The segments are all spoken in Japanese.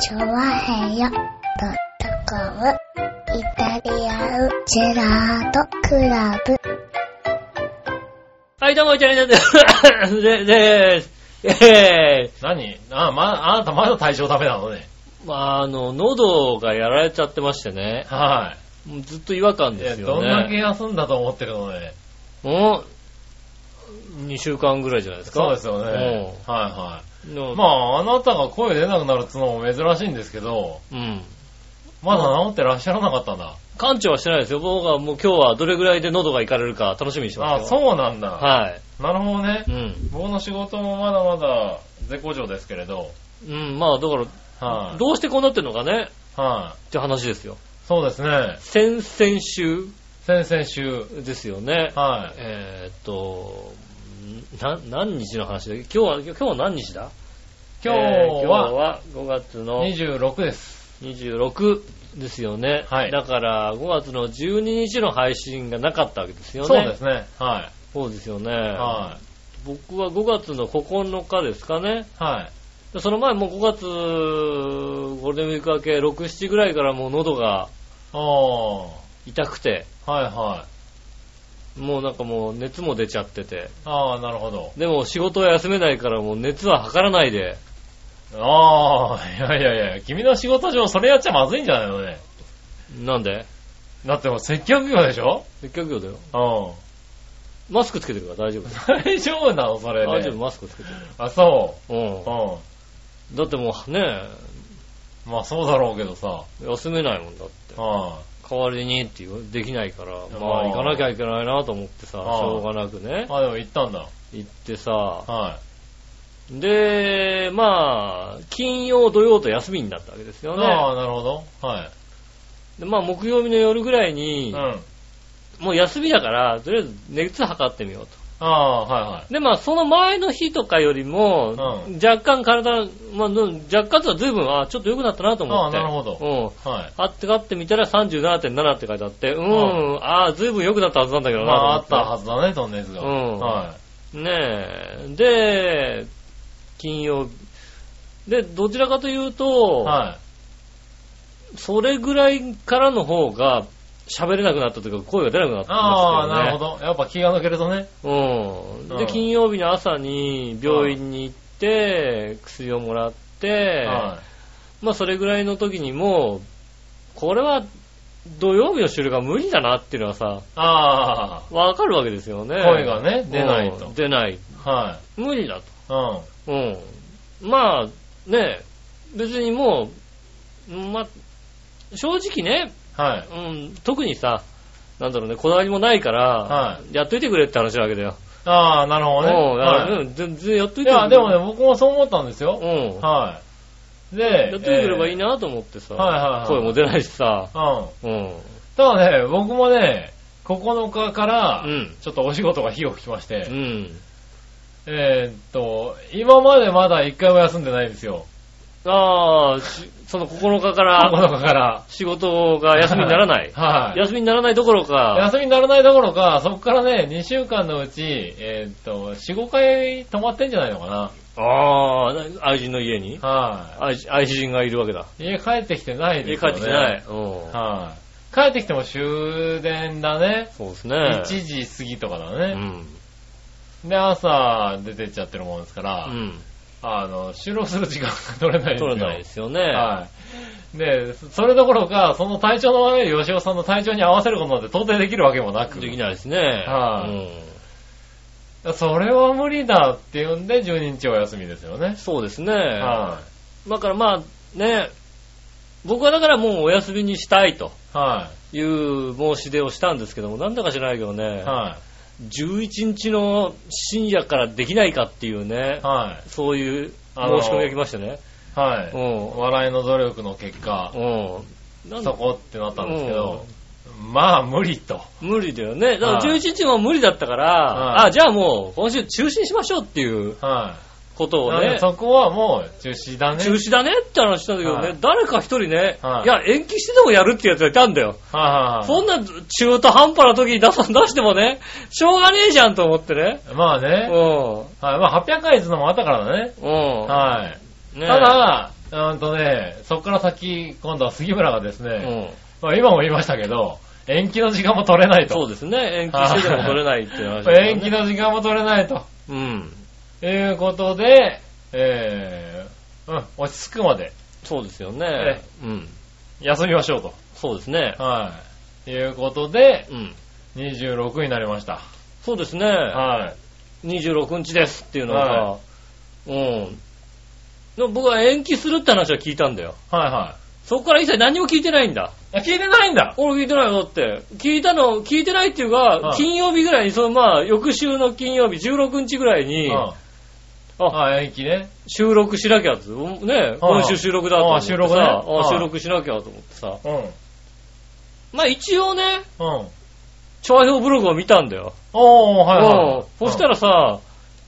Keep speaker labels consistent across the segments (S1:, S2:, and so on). S1: チョワヘヨドットコムイタリアンジェラートクラブ。
S2: はい、どうも、イタリアンジェラートででーす。え
S3: 何あ、ま、あなたまだ体調ダメなのね。
S2: ー、まあ、あの、喉がやられちゃってましてね、
S3: は
S2: もうずっと違和感
S3: い。い
S2: で
S3: や、
S2: すよ
S3: どんだけ
S2: ね。
S3: 休んだと思ってるのね。
S2: もう、2週間ぐらいじゃないですか。
S3: そうですよね。は
S2: うん。
S3: いは
S2: の
S3: い。まあ、あなたが声出なくなるっつうのも珍しいんですけど、
S2: うん。
S3: まだ治ってらっしゃらなかったんだ。
S2: 完治はしてないですよ。僕はもう今日はどれぐらいで喉がいかれるか楽しみにしてますよ。
S3: あ、そうなんだ。
S2: はい。
S3: なるほどね
S2: う。ん。
S3: 僕の仕事もまだまだ絶好調ですけれど、
S2: うん、まあ、だから、
S3: はい。
S2: どうしてこうなってんのかね
S3: はい。
S2: って話ですよ。
S3: そうですね。
S2: 先々週
S3: 先々週、
S2: ですよね。
S3: はい。
S2: えーっと、んな、何日の話だっけ今日は、今日は何日だ
S3: 今日
S2: えー今日
S3: は
S2: は5月の
S3: 26です。
S2: 26ですよね。
S3: はい
S2: だから5月の12日の配信がなかったわけですよね。
S3: そうですね。は
S2: そうですよね。
S3: い。は
S2: 僕は5月の9日ですかね。
S3: い。はい。
S2: でその前もう5月、ゴールデンウィーク明け6、7ぐらいからもう喉が
S3: おー。
S2: 痛くて、
S3: はいはい。
S2: もうなんかもう熱も出ちゃってて、
S3: ああ、なるほど。
S2: でも仕事は休めないからもう熱は測らないで、
S3: ああ、いやいやいや、君の仕事上それやっちゃまずいんじゃないのね。
S2: なんで
S3: だってもう接客業でしょ
S2: 接客業だよ。
S3: う
S2: マスクつけてるから大丈夫。
S3: ん。大丈夫なのそれで。
S2: 大丈夫、マスクつけてる。。
S3: あ、そうう。うん
S2: だってもうね、
S3: ん。まあそうだろうけどさ。
S2: 休めないもんだって。
S3: うん。
S2: 代わりにっていう、できないから、まあ
S3: あー
S2: 行かなきゃいけないなと思ってさ、し
S3: あー
S2: ょうがなくね、
S3: あ、でも行ったんだ。
S2: 行ってさ、
S3: はい。
S2: で、まあ、金曜、土曜と休みになったわけですよ
S3: あ
S2: ね。
S3: あ、なるほど。はい。
S2: でまあ、木曜日の夜ぐらいうに、
S3: ん。
S2: もう休みだから、とりあえず熱測ってみようと。
S3: ああ、はい
S2: で、まあ、その前の日とかよりも、
S3: う
S2: 若干体、まあ、の若干とは随分、あちょっと良くなったなと思って。
S3: あーなるほ
S2: ど。うん。
S3: はい。はい。
S2: あってかってみたら37.7って書いてあって、うーん、ああ、随分良くなったはずなんだけど
S3: ま
S2: な
S3: ああっ
S2: と
S3: た
S2: 思
S3: はずだね、トンネルが。
S2: うん
S3: は
S2: って。ねえ。で、金曜日。で、どちらかという
S3: い。
S2: と、
S3: は
S2: それぐらいからの方が、喋れなくなったというか、声が出なくなっ
S3: い。
S2: た
S3: ああ、
S2: ん
S3: な
S2: で
S3: る
S2: すけどね。
S3: ほど。やっぱ気が抜けるとね。
S2: うん。
S3: う
S2: で、
S3: ん
S2: 金曜日の朝に病院に行って、薬をもらって、
S3: は
S2: まあそれぐらいの時にもう、これは土曜日の収録が無理だなっていうのはさ
S3: い。、あ
S2: わかるわけですよね。
S3: 声がね出ないと
S2: うん出ない。
S3: あ、は
S2: 無理だ
S3: い。うん。
S2: と。うん。まあ、ね、別にもう、まあ、正直ね、
S3: はい。
S2: うん、特にさ、なんだろうね、こだわりもないから、
S3: は
S2: やっといてくれって話なわけだよ。
S3: ああ、なるほどね。
S2: うん、だから
S3: はい
S2: うん全然やっといて
S3: い
S2: くれ
S3: や、でもね、僕もそう思ったんですよ。
S2: うん。
S3: はい。で、
S2: やってくれればいい
S3: え
S2: なと思ってさ、
S3: はいはいはい
S2: 声も出ないしさ、
S3: ーうん。
S2: うん。
S3: ただね、僕もね、9日から
S2: う、ん。
S3: ちょっとお仕事が火を吹きまして、
S2: うん。
S3: えーっと、今までまだ1回も休んでないんですよ。
S2: ああ、しその9日か
S3: 9
S2: ら
S3: 日から。
S2: 仕事が休みにならない。
S3: はい。
S2: 休みにならないどころか、
S3: 休みにならないどころか、そこからね、2週間のうち、えーっと、4、5回泊まってんじゃないのかな。
S2: ああ、愛人の家に
S3: は
S2: 愛愛人がいるわけだ。
S3: い。家帰ってきてないで
S2: 家
S3: すよ
S2: 帰って
S3: ね。
S2: きてない。。うん。
S3: はい。帰ってきても終電だね。
S2: そうですね。
S3: 1時過ぎとかだ
S2: う
S3: ね。
S2: ん。
S3: で、朝出てっちゃってるもんですから、
S2: うん。
S3: あの、収録する時間が取れないんですよ。
S2: 取れないですよね。
S3: はい。で、それどころか、その体調の悪い吉尾さんの体調に合わせることなんて到底できるわけもなく。
S2: できないですね。
S3: はい
S2: うん
S3: それは無理だって言うんで、12日お休みですよね。
S2: そうですね。
S3: は
S2: だからまあ、ね、僕はだからもうお休みにしたいと
S3: い。は
S2: いう申し出をしたんですけども、なんだか知らないけど
S3: い。
S2: ね、
S3: は
S2: 11日の深夜からできないかっていうね
S3: い。、は
S2: そういう申
S3: あの
S2: し込みが来ましてね。
S3: い。はい。
S2: う
S3: 笑いの努力の結果、
S2: ん。うん。なん
S3: そ
S2: だ
S3: こってなったんですけど、まあ無理と。
S2: 無理だよね。だから
S3: はい
S2: 11日も無理だったから、
S3: はい
S2: あ、じゃあもう今週中止にしましょうっていう
S3: は
S2: こと
S3: い。
S2: を
S3: なん
S2: ね
S3: で、そこはもう中止だね。
S2: 中止だねって話したんだけどね、
S3: はい
S2: 誰か一人ね、
S3: はい
S2: いや、延期してでもやるってやつがいたんだよ。
S3: はい
S2: そ
S3: は
S2: んな中途半端な時に出さ出してもね、しょうがねえじゃんと思ってね。
S3: いはい。まあね。
S2: う
S3: はい。まあ800回っつうのもあったからね。
S2: ん。うん。
S3: はい。
S2: ねえ
S3: ただ、あうんとね、そっから先、今度は杉村がです
S2: うん。
S3: ね、まあ今も言いましたけど、延期の時間も取れない
S2: そ
S3: と。
S2: うですね。延期してでも取れないっていう話、ね。
S3: 延期の時間も取れないと。
S2: うん。
S3: いうことで、えー、うん、落ち着くまで
S2: そうですよね。うん。
S3: 休みましょう
S2: そうですね
S3: と。。はい。いうことで、
S2: うん。
S3: 26になりました。
S2: そうですね。
S3: は
S2: 26日ですっていうの
S3: は
S2: はさ、うん。でも僕は延期するって話は聞いたんだよ。
S3: い。はいは
S2: そこから一切何も聞いてないんだ。
S3: い。あ聞いてないんだ
S2: 俺聞いてないよ、だって。聞いたの、聞いてないっていうか
S3: は、い
S2: 金曜日ぐらいに、そのまあ、翌週の金曜日、16日ぐらいに、
S3: うん。あ、延期ね。
S2: 収録しなきゃって、うんね、今週収録だと思ってさ、
S3: あ収録ね
S2: あ
S3: はい
S2: 収録しなきゃと思ってさ。
S3: うん。
S2: まあ一応ね、
S3: うん。
S2: 調和表ブログを見たんだよ。
S3: おー、はいは
S2: うん
S3: い。
S2: そした
S3: ら、
S2: らさ、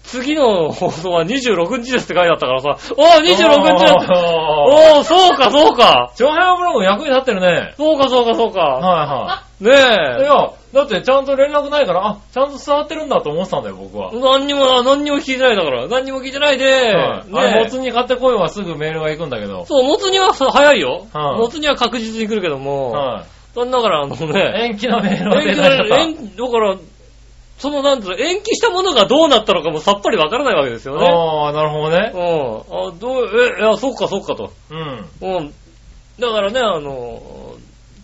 S2: 次の放送は26日ですって書いてあったからさ、おー26日だって
S3: おー。
S2: おー、そうか、そうか。
S3: 長編ブログ役に立ってるね。
S2: そうか、そうか、そうか。
S3: は
S2: ね
S3: いはい。
S2: え。
S3: いや、だってちゃんと連絡ないから、あ、ちゃんと座ってるんだと思ってたんだよ、僕は。
S2: 何にも、何にも聞いてないだから。何にも聞いてないで、
S3: はいあれ、
S2: ね
S3: も
S2: え
S3: つ。に買ってこいはすぐメールが行くんだけど。
S2: そう、もつにはさ早いよ。
S3: はい
S2: もつには確実に来るけども、
S3: は
S2: 残念ながら、あの
S3: い。
S2: ね、
S3: 延期のメールが
S2: 延
S3: 出
S2: 期
S3: たりと
S2: だ
S3: か。
S2: 延だから、その、なんつうの、延期したものがどうなったのかもさっぱりわからないわけですよね。
S3: ああ、なるほどね
S2: う。ん。あ、どう、え、いや、そうか、そうかと。
S3: うん。
S2: うん。だからね、あの、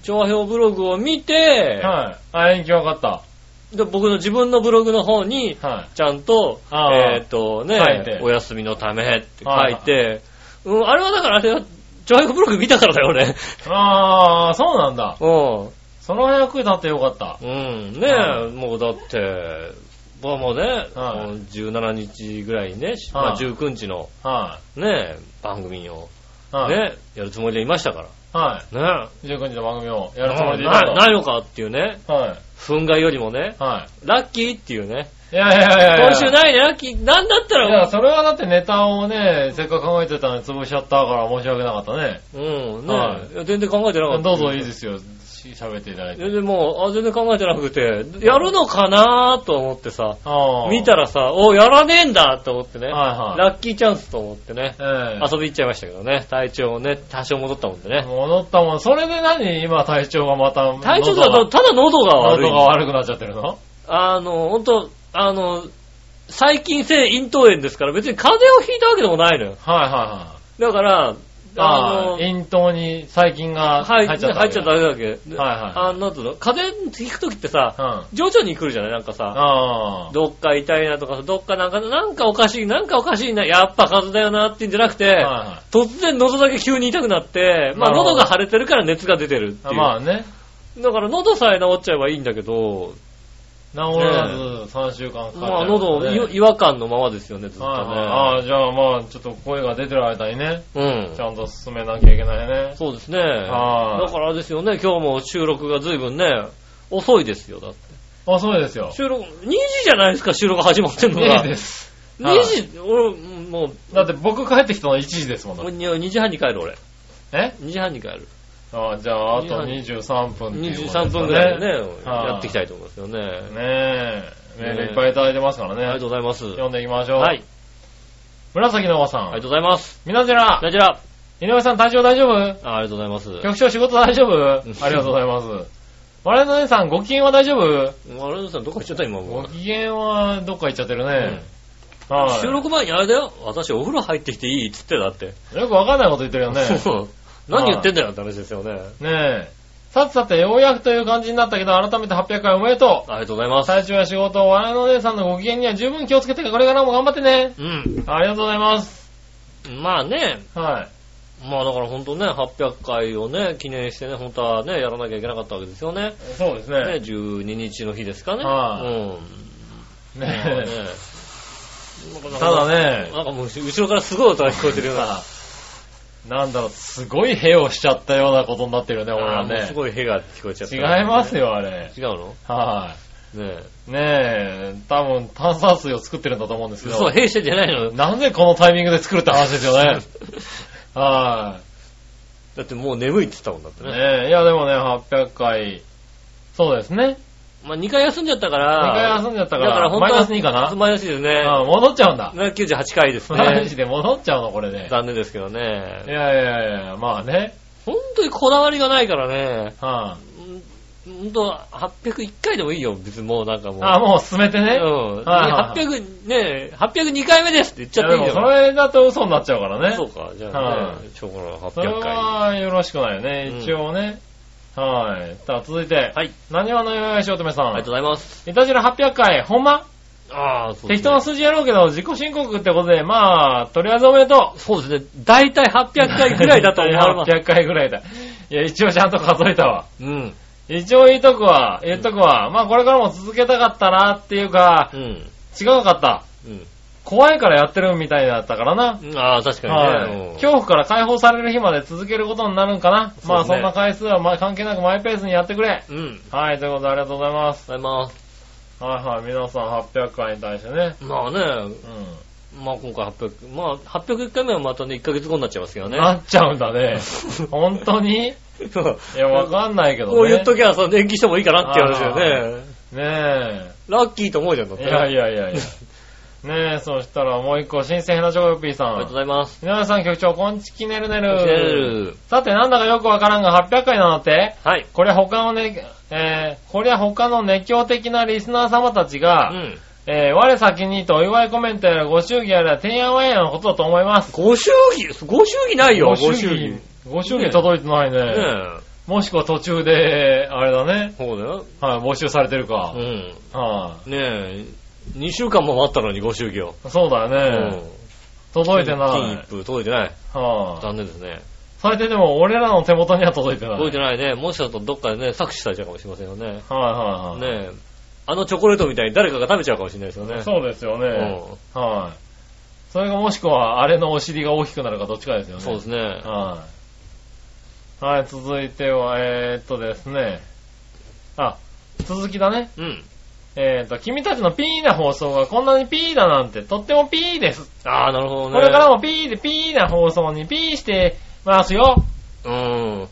S2: 調和表ブログを見て、
S3: はい。あ、延期分かった。
S2: で僕の自分のブログの方に、
S3: はい。
S2: ちゃんと、
S3: ああ
S2: えっ、とね
S3: 書いて、
S2: お休みのためって書いて、うん、あれはだからあれは、ジョイフブログ見たからだよ ね。
S3: ああ、そうなんだ。
S2: う
S3: その役に立ってよかった。
S2: ん。うん。ね
S3: は
S2: え、もうだって、まあもうね、
S3: はい
S2: もう17日ぐらいにね、
S3: はい
S2: まあ、19日の
S3: は
S2: ね、番組を
S3: い。はい。
S2: ね、やるつもりでいましたか
S3: は
S2: ら。ね
S3: い。19日の番組を
S2: え。
S3: やるつもりでいた
S2: な
S3: と
S2: ないのかっていうね、
S3: は
S2: 憤慨よりもね、
S3: い。は
S2: ラッキーっていうね、
S3: い。いやいやいやいや。
S2: 今週ないね、ラッキー、なんだった
S3: いや、
S2: ら、
S3: それはだってネタをね、せっかく考えてたのに潰しちゃったから申し訳なかったね。
S2: うん、
S3: は
S2: ねえいや全然考えてなかった。
S3: どうぞいいですよ。し喋っていただいて。
S2: 全然もう、あ、全然考えてなくて、やるのかなと思ってさ、
S3: ああ。
S2: 見たらさ、お、やらねえんだと思ってね、
S3: はいはい。
S2: ラッキーチャンスと思ってね、
S3: え
S2: 遊び行っちゃいましたけどね、体調もね、多少戻ったもんでね。
S3: え戻ったもん。それで何今体調がまた。
S2: 体調だと、
S3: 喉
S2: ただ喉が
S3: が
S2: 悪
S3: 喉が
S2: い。
S3: 悪くなっちゃってるの
S2: あの、ほんと、あの、細菌性咽頭炎ですから、別に風邪をひいたわけでもないのよ。
S3: はいはいはい。
S2: だから、あ
S3: あ
S2: の
S3: あ、、咽頭に細菌が
S2: はい入
S3: 入っ
S2: っ
S3: ちゃった。
S2: ちゃっただけだけ。で
S3: はいはい
S2: あの、なんつうの、風邪ひくときってさ、
S3: うん。あ
S2: 徐々に来るじゃないなんかさ、
S3: あ。
S2: どっか痛いなとかさ、どっかなんか、なんかおかしい、なんかおかしいな、やっぱ風邪だよなっていうんじゃなくて、
S3: は
S2: 突然喉だけ急に痛くなって、まあ
S3: なるほど
S2: 喉が腫れてるから熱が出てるっ
S3: い
S2: てい
S3: は
S2: う。
S3: い。まあね。
S2: だから喉さえ治っちゃえばいいんだけど、
S3: 治らず3週間かかっちゃう
S2: まあ喉、
S3: ね
S2: い違和感のままですよね、ずっとね。
S3: はいはいああ、じゃあまあ、ちょっと声が出てる間にね、
S2: うん
S3: ち。ゃんと進めなきゃいけないね。
S2: そうですね。
S3: はい
S2: だからあれですよね、今日も収録が随分ね、遅いですよ、だって。
S3: あ、そうですよ。
S2: 収録、2時じゃないですか、収録始まってんの
S3: い
S2: が
S3: い。です。
S2: 2時、俺、も
S3: だって僕帰ってきたのは1時ですもん
S2: う、
S3: だ
S2: も
S3: っ
S2: う
S3: て。
S2: 2時半に帰る、俺。
S3: え
S2: 2時半に帰る。
S3: ああ、じゃああと23分っていうこと
S2: 23分ぐらいでね、
S3: はい
S2: やっていきたいと思いますよね。
S3: ねねえ、メールいっぱいいただいてますから
S2: ありがと
S3: ね。
S2: うございます。
S3: 読んでいきましょう。
S2: はい。
S3: 紫のおばさ
S2: ありが
S3: ん。
S2: とうございます。
S3: みなじら、
S2: じゃあじゃあ、
S3: 井上さん体調大丈夫
S2: あありがとうございます。
S3: 局長仕事大丈夫あ
S2: う
S3: り
S2: ん
S3: がとうございます。我々の姉さん、ご機嫌は大丈夫
S2: あれさん、どこ行っちゃった今も
S3: ご
S2: う。
S3: 機嫌はどっか行っちゃってるね。
S2: うん
S3: はい。
S2: 収録前にあれだよ。私お風呂入ってきていいっつってだって。
S3: よくわかんないこと言ってるよね。
S2: そう 何言ってんだよって話ですよね。
S3: ねえ。さてさて、ようやくという感じになったけど、改めて800回おめでとう。
S2: ありがとうございます。
S3: 最中や仕事、我々の姉さんのご機嫌には十分気をつけて、これからも頑張ってね。
S2: うん。
S3: ありがとうございます。
S2: まあね、
S3: はい。
S2: まあだから本当ね、800回をね、記念してね、本当はね、やらなきゃいけなかったわけですよね。
S3: そうです
S2: ね、
S3: ね。
S2: 12日の日ですかね。
S3: はい
S2: うん。
S3: ね
S2: まあ ね
S3: ただね、
S2: なんかもう後ろからすごい音が聞こえてるよう な。
S3: さ なんだろう、すごい屁をしちゃったようなことになってるよね、俺
S2: あ
S3: は
S2: ーもうす
S3: ね。
S2: ごい屁が聞こえちゃった、
S3: 違います。よ、あれ。
S2: 違うの
S3: は
S2: ねえ。
S3: い。ねえ、多分炭酸水を作ってるんだと思うんですけ
S2: そう、
S3: ど、
S2: 屁してんじゃない の
S3: なぜこのタイミングで作るって話ですよね。はい。
S2: だってもう眠いって言ってたもんだってね。
S3: ねえ、いやでもね、800回、そうですね。
S2: まあ2回休んじゃったか
S3: 2
S2: ら、
S3: 回休んじゃったか
S2: だから
S3: ら、
S2: 本当
S3: マ
S2: は
S3: イナス2かな
S2: マイナスですね。
S3: うん、戻っちゃうんだ。
S2: 98回です
S3: マ
S2: ね
S3: ジ。で戻っちゃうの、これね。
S2: 残念ですけど
S3: い
S2: ね。
S3: やいやいや、まあね。
S2: 本当にこだわりがないからね。
S3: は
S2: うん本当801回でもいいよ、別にもうなんかもう。
S3: あ、あ、もう進めてね。
S2: うん。
S3: はいはい
S2: 800、ね802回目ですって言っちゃっていい
S3: いやでもそ
S2: よ。
S3: れだと嘘になっちゃうからね。
S2: そうか、じゃあ
S3: は
S2: ね、しょうがない、
S3: それ
S2: 800回。
S3: はよろしくないよね、
S2: うん
S3: 一応ね。はい。さあ、続いて。
S2: はい。
S3: 何話のよやしおとめさん。
S2: ありがとうございます。
S3: いたじら800回、ほんま
S2: ああ、そうです
S3: 適当
S2: ね
S3: な。数字やろうけど、自己申告ってことで、まあ、とりあえずおめでとう。
S2: そうですね。大体800回ぐらいだと思われます。
S3: 800回ぐらいだ。いや、一応ちゃんと数えたわ。
S2: うん。
S3: 一応言いとくわ、言っとくわ。まあ、これからも続けたかったなっていうか
S2: う、ん。
S3: 違うかった。
S2: うん
S3: 怖いからやってるみたいだったからな。
S2: うん。ああ、確かにね。
S3: はい、
S2: うん
S3: 恐怖から解放される日まで続けることになるんかな。
S2: すね
S3: まあそんな回数はまあ関係なくマイペースにやってくれ。
S2: うん。ありがとう
S3: はい、ということでありがとうございます。
S2: ございます。
S3: はいはい、皆さん800回に対してね。
S2: まあね、
S3: う
S2: まあ今回800、まあ801回目はまたね、1ヶ月後になっちゃいますけど
S3: ん。
S2: ね。
S3: なっちゃうんだね。本当にい
S2: そう
S3: や、わかんないけどね。
S2: こう言っときゃ、その延期してもいいかなっていう話だよね。
S3: ね
S2: ラッキーと思うじゃん、だっ
S3: え。
S2: て。
S3: いやい
S2: や。
S3: やいやいや。 ねえ、そしたらもう一個、新鮮ヘナチョコヨッピーさ
S2: ありがとうご
S3: ん。
S2: ざいます。
S3: 皆さん局長、こんちきねるね
S2: こちらで
S3: る。
S2: る
S3: さて、なんだかよくわからんが800回なんだって
S2: はい。
S3: これ他のね、えー、これは他の熱狂的なリスナー様たち
S2: う
S3: が、
S2: ん。
S3: えー、我先にとお祝いコメントやらご祝儀やら、てんやわんやのことだと思います。
S2: ご祝儀、ご祝儀ないよ、ご祝儀。ね
S3: 儀。ご祝儀届いてないね。
S2: え。
S3: もしくは途中で、あれだね。
S2: そうだよ。
S3: はい、募集されてるか。
S2: う
S3: はい、
S2: ん。ねえ、2週間も待ったのに、ご祝儀を。
S3: そうだよね。届いてない。
S2: 金一封届いてない。
S3: はい、
S2: 残念ですね。
S3: 最低でも俺らの手元には届いてない。
S2: 届いてないね。もしかするとどっかでね、搾取されちゃうかもしれませんよね。
S3: はいはいはい。
S2: ねえ。あのチョコレートみたいに誰かが食べちゃうかもしれないですよね。
S3: そうですよね。
S2: う
S3: はい、
S2: ん
S3: それがもしくは、あれのお尻が大きくなるかどっちかですよね。
S2: そうですね。
S3: はい。はい、続いては、えー、っとですね。あ、続きだね。
S2: うん。
S3: えー、っと、君たちのピーな放送がこんなにピーだなんて、とってもピーです。
S2: ああ、なるほど
S3: こ
S2: ね。
S3: れからもピーでピーな放送にピーしてますよ。
S2: うん。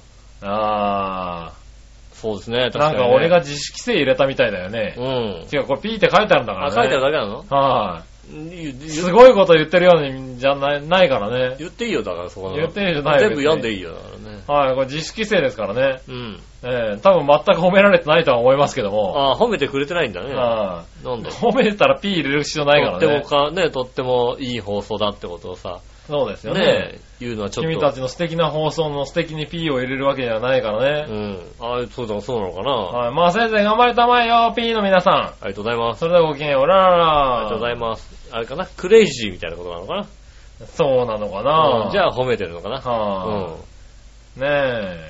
S3: あ
S2: そうですね。
S3: ー、
S2: 確か
S3: なん
S2: に、ね。
S3: か俺が、自主規制入れたみたいだよね
S2: う。ん。
S3: 違う、これピーって書いてあるんだか
S2: あ、
S3: らね。
S2: 書いてあるだけなの
S3: はいい。すごいこと言ってるようにじゃないないからね。
S2: 言っていいよ、だからそこの。
S3: 言ってるじゃない
S2: 全部読んで
S3: い。
S2: いいよ、だからね。
S3: はい、これ自主規制ですからね。
S2: うん。
S3: ええ多分全く褒められてないとは思いますけども。
S2: ああ、褒めてくれてないんだね。
S3: は
S2: なん
S3: い
S2: だ
S3: 褒めたら P 入れる必要ないか
S2: と
S3: ら
S2: っても
S3: ね。
S2: か、ね、とってもいい放送だってことをさ、
S3: そうですよね
S2: ね、言うのはちょっと。
S3: 君たちの素敵な放送の素敵に P を入れるわけではないから
S2: う
S3: ね。
S2: ん。ああ、そうだ、そうなのかな、
S3: はい。まあ、せいぜい頑張れたまえよ、P の皆さ
S2: ありがとうございま
S3: ん。
S2: す。
S3: それではごきげんよう、うら
S2: あ
S3: らら。
S2: りがとうございます。あれかなクレイジーみたいなことなのかな
S3: そうなのかな、
S2: うんじゃあ褒めてるのかな
S3: は
S2: うん
S3: い、ねえ。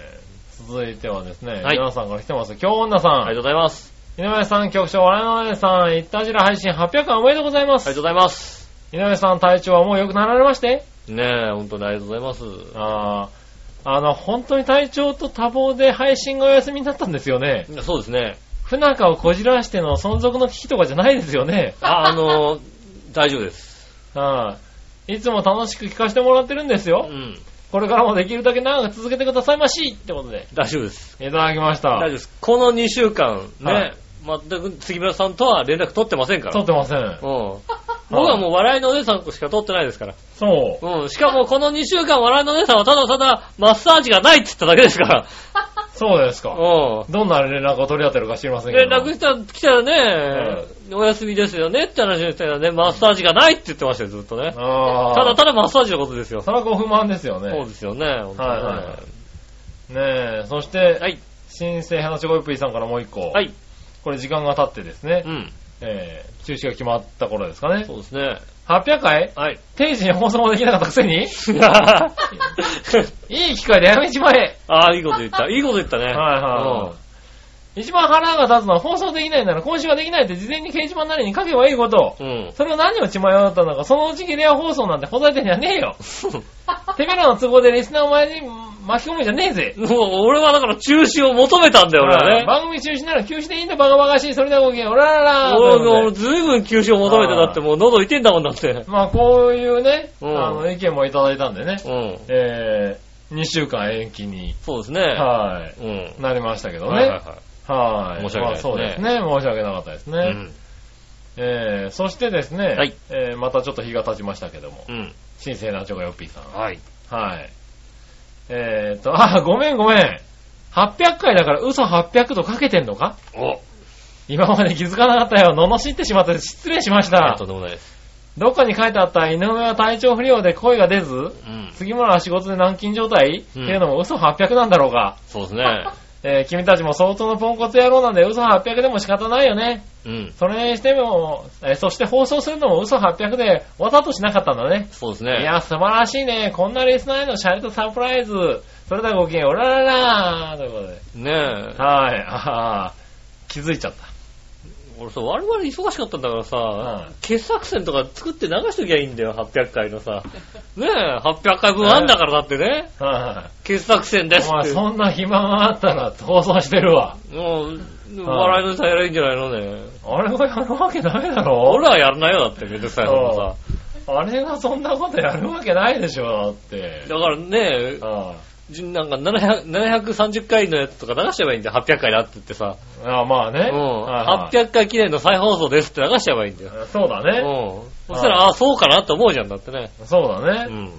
S3: 続いてはですね、
S2: はい
S3: 皆さんから来てます。京女さん、
S2: ありがとうございます。
S3: 井上さん、局長、笑いの姉さん、いったじら配信800回おめでとうございま
S2: ありが
S3: す。
S2: とうございます。
S3: 井上さん、体調はもう良くなられまして
S2: ねえ、本当にありがとうございます。
S3: あーあの、本当に体調と多忙で配信がお休みになったんですよね。
S2: いやそうですね。
S3: 不仲をこじらしての存続の危機とかじゃないですよね。
S2: あ、あの、大丈夫です。
S3: はいいつも楽しく聞かせてもらってるんです
S2: う
S3: よ。
S2: ん。
S3: これからもできるだけ長く続けてくださいましってことで。
S2: 大丈夫です。
S3: いただきました。
S2: 大丈夫です。この2週間、
S3: はい
S2: ね、全く杉村さんとは連絡取ってませんから。
S3: 撮ってません。
S2: うん。僕はもう笑いのお姉さんしか撮ってないですから。
S3: そう。
S2: うん。しかもこの2週間笑いのお姉さんはただただマッサージがないって言っただけですから。
S3: そうですか。
S2: うん。
S3: どんな連絡を取り合ってるか知りませんけ
S2: 連
S3: ど。
S2: 絡したら来たらね、お休みですよねって話でしたよね。マッサージがないって言ってましたよ、ずっとね。
S3: ああ。
S2: ただただマッサージのことですよ。
S3: それはご不満ですよ
S2: そう
S3: ね。
S2: ですよね。はい
S3: はいはねえ、そして、
S2: はい。
S3: 新生花チョコヨッピーさんからもう一個。
S2: はい。
S3: これ時間が経ってですね、
S2: うん。
S3: えー、中止が決まった頃ですかね
S2: そ。うですね。
S3: 800回
S2: はい。
S3: 定時に放送もできなかったくせにいい機会でやめちまえ
S2: ああ、いいこと言った。いいこと言ったね。
S3: はいはい。一番腹が立つのは放送できないなら今週はできないって事前に掲示板なりに書けばいいことを。
S2: うん。うん。
S3: それを何を血迷ったのか、そのうちにレア放送なんて答えてんじゃねえ よ。てめえらの都合でリスナーを前に巻き込むんじゃねえぜ。
S2: もう俺はだから中止を求めたんだよ、俺はね。
S3: 番組中止なら休止でいいんだ、バカバカしい。それではごきげん、おららら
S2: 俺
S3: ということ
S2: も
S3: で
S2: ずいぶん休止を求めて、だってもう喉痛いんだもんだって。
S3: まあ、こういうね、あ
S2: うん
S3: の、意見もいただいたんでね
S2: う、ん。
S3: えー、2週間延期に、
S2: そうですね。
S3: は
S2: うん。
S3: い、なりましたけど
S2: はいはい
S3: ね。
S2: は
S3: はい。
S2: 申し訳ないで
S3: まあ
S2: すね
S3: そうですね。申し訳なかったですね。
S2: うん。
S3: えー、そしてですね、
S2: はい
S3: えー、またちょっと日が経ちましたけども、
S2: うん。
S3: 新生団長がヨッピーさん。
S2: はい。
S3: はい。えーっと、あ、ごめんごめん。800回だから嘘800とかけてんのか
S2: お
S3: 今まで気づかなかったよ。罵ってしまって失礼しまし
S2: あ
S3: た
S2: と。んでもないです。
S3: どっかに書いてあった井上は体調不良で声が出ず、
S2: うん。
S3: 杉村は仕事で軟禁状態、
S2: うん
S3: っていうのも嘘800なんだろうが。
S2: そうですね。
S3: えー君たちも相当のポンコツ野郎なんで嘘800でも仕方ないよね。
S2: うん。
S3: それにしても、えーそして放送するのも嘘800でわざとしなかったんだね。
S2: そうです
S3: い
S2: ね。
S3: や、素晴らしいね。こんなリスナーへのシャレとサプライズ。それではごきげんよう、おらららーということで。
S2: ねえ。
S3: はい、ああ、気づいちゃった。
S2: 俺さ、我々忙しかったんだからさ
S3: うん、
S2: 傑作選とか作って流しときゃいいんだよ、800回の さ。ねえ、800回分あんだからだってね。
S3: は
S2: 傑作選で
S3: い、
S2: す
S3: お
S2: っ
S3: 前、
S2: て。
S3: そんな暇があったら放送してるわ。
S2: もう、笑いのネタやればいいんじゃないのね。
S3: 俺がやるわけないだろ
S2: 俺はやらないよ、だって、めんどくさいのさ。
S3: あれがそんなことやるわけないでしょ、だって。
S2: だからね、
S3: あ
S2: じなんか700 730回のやつとか流しちゃえばいいんだよ、800回だって言ってさ。
S3: あああ、まあね。
S2: うん。
S3: はいはい
S2: 800回記念の再放送ですって流しちゃえばいいんだよ。
S3: そうだ
S2: うん
S3: ね。。
S2: そしたら、
S3: はい
S2: ああ、そうかなって思うじゃんだってね。
S3: そうだ
S2: うん。
S3: ね。うん。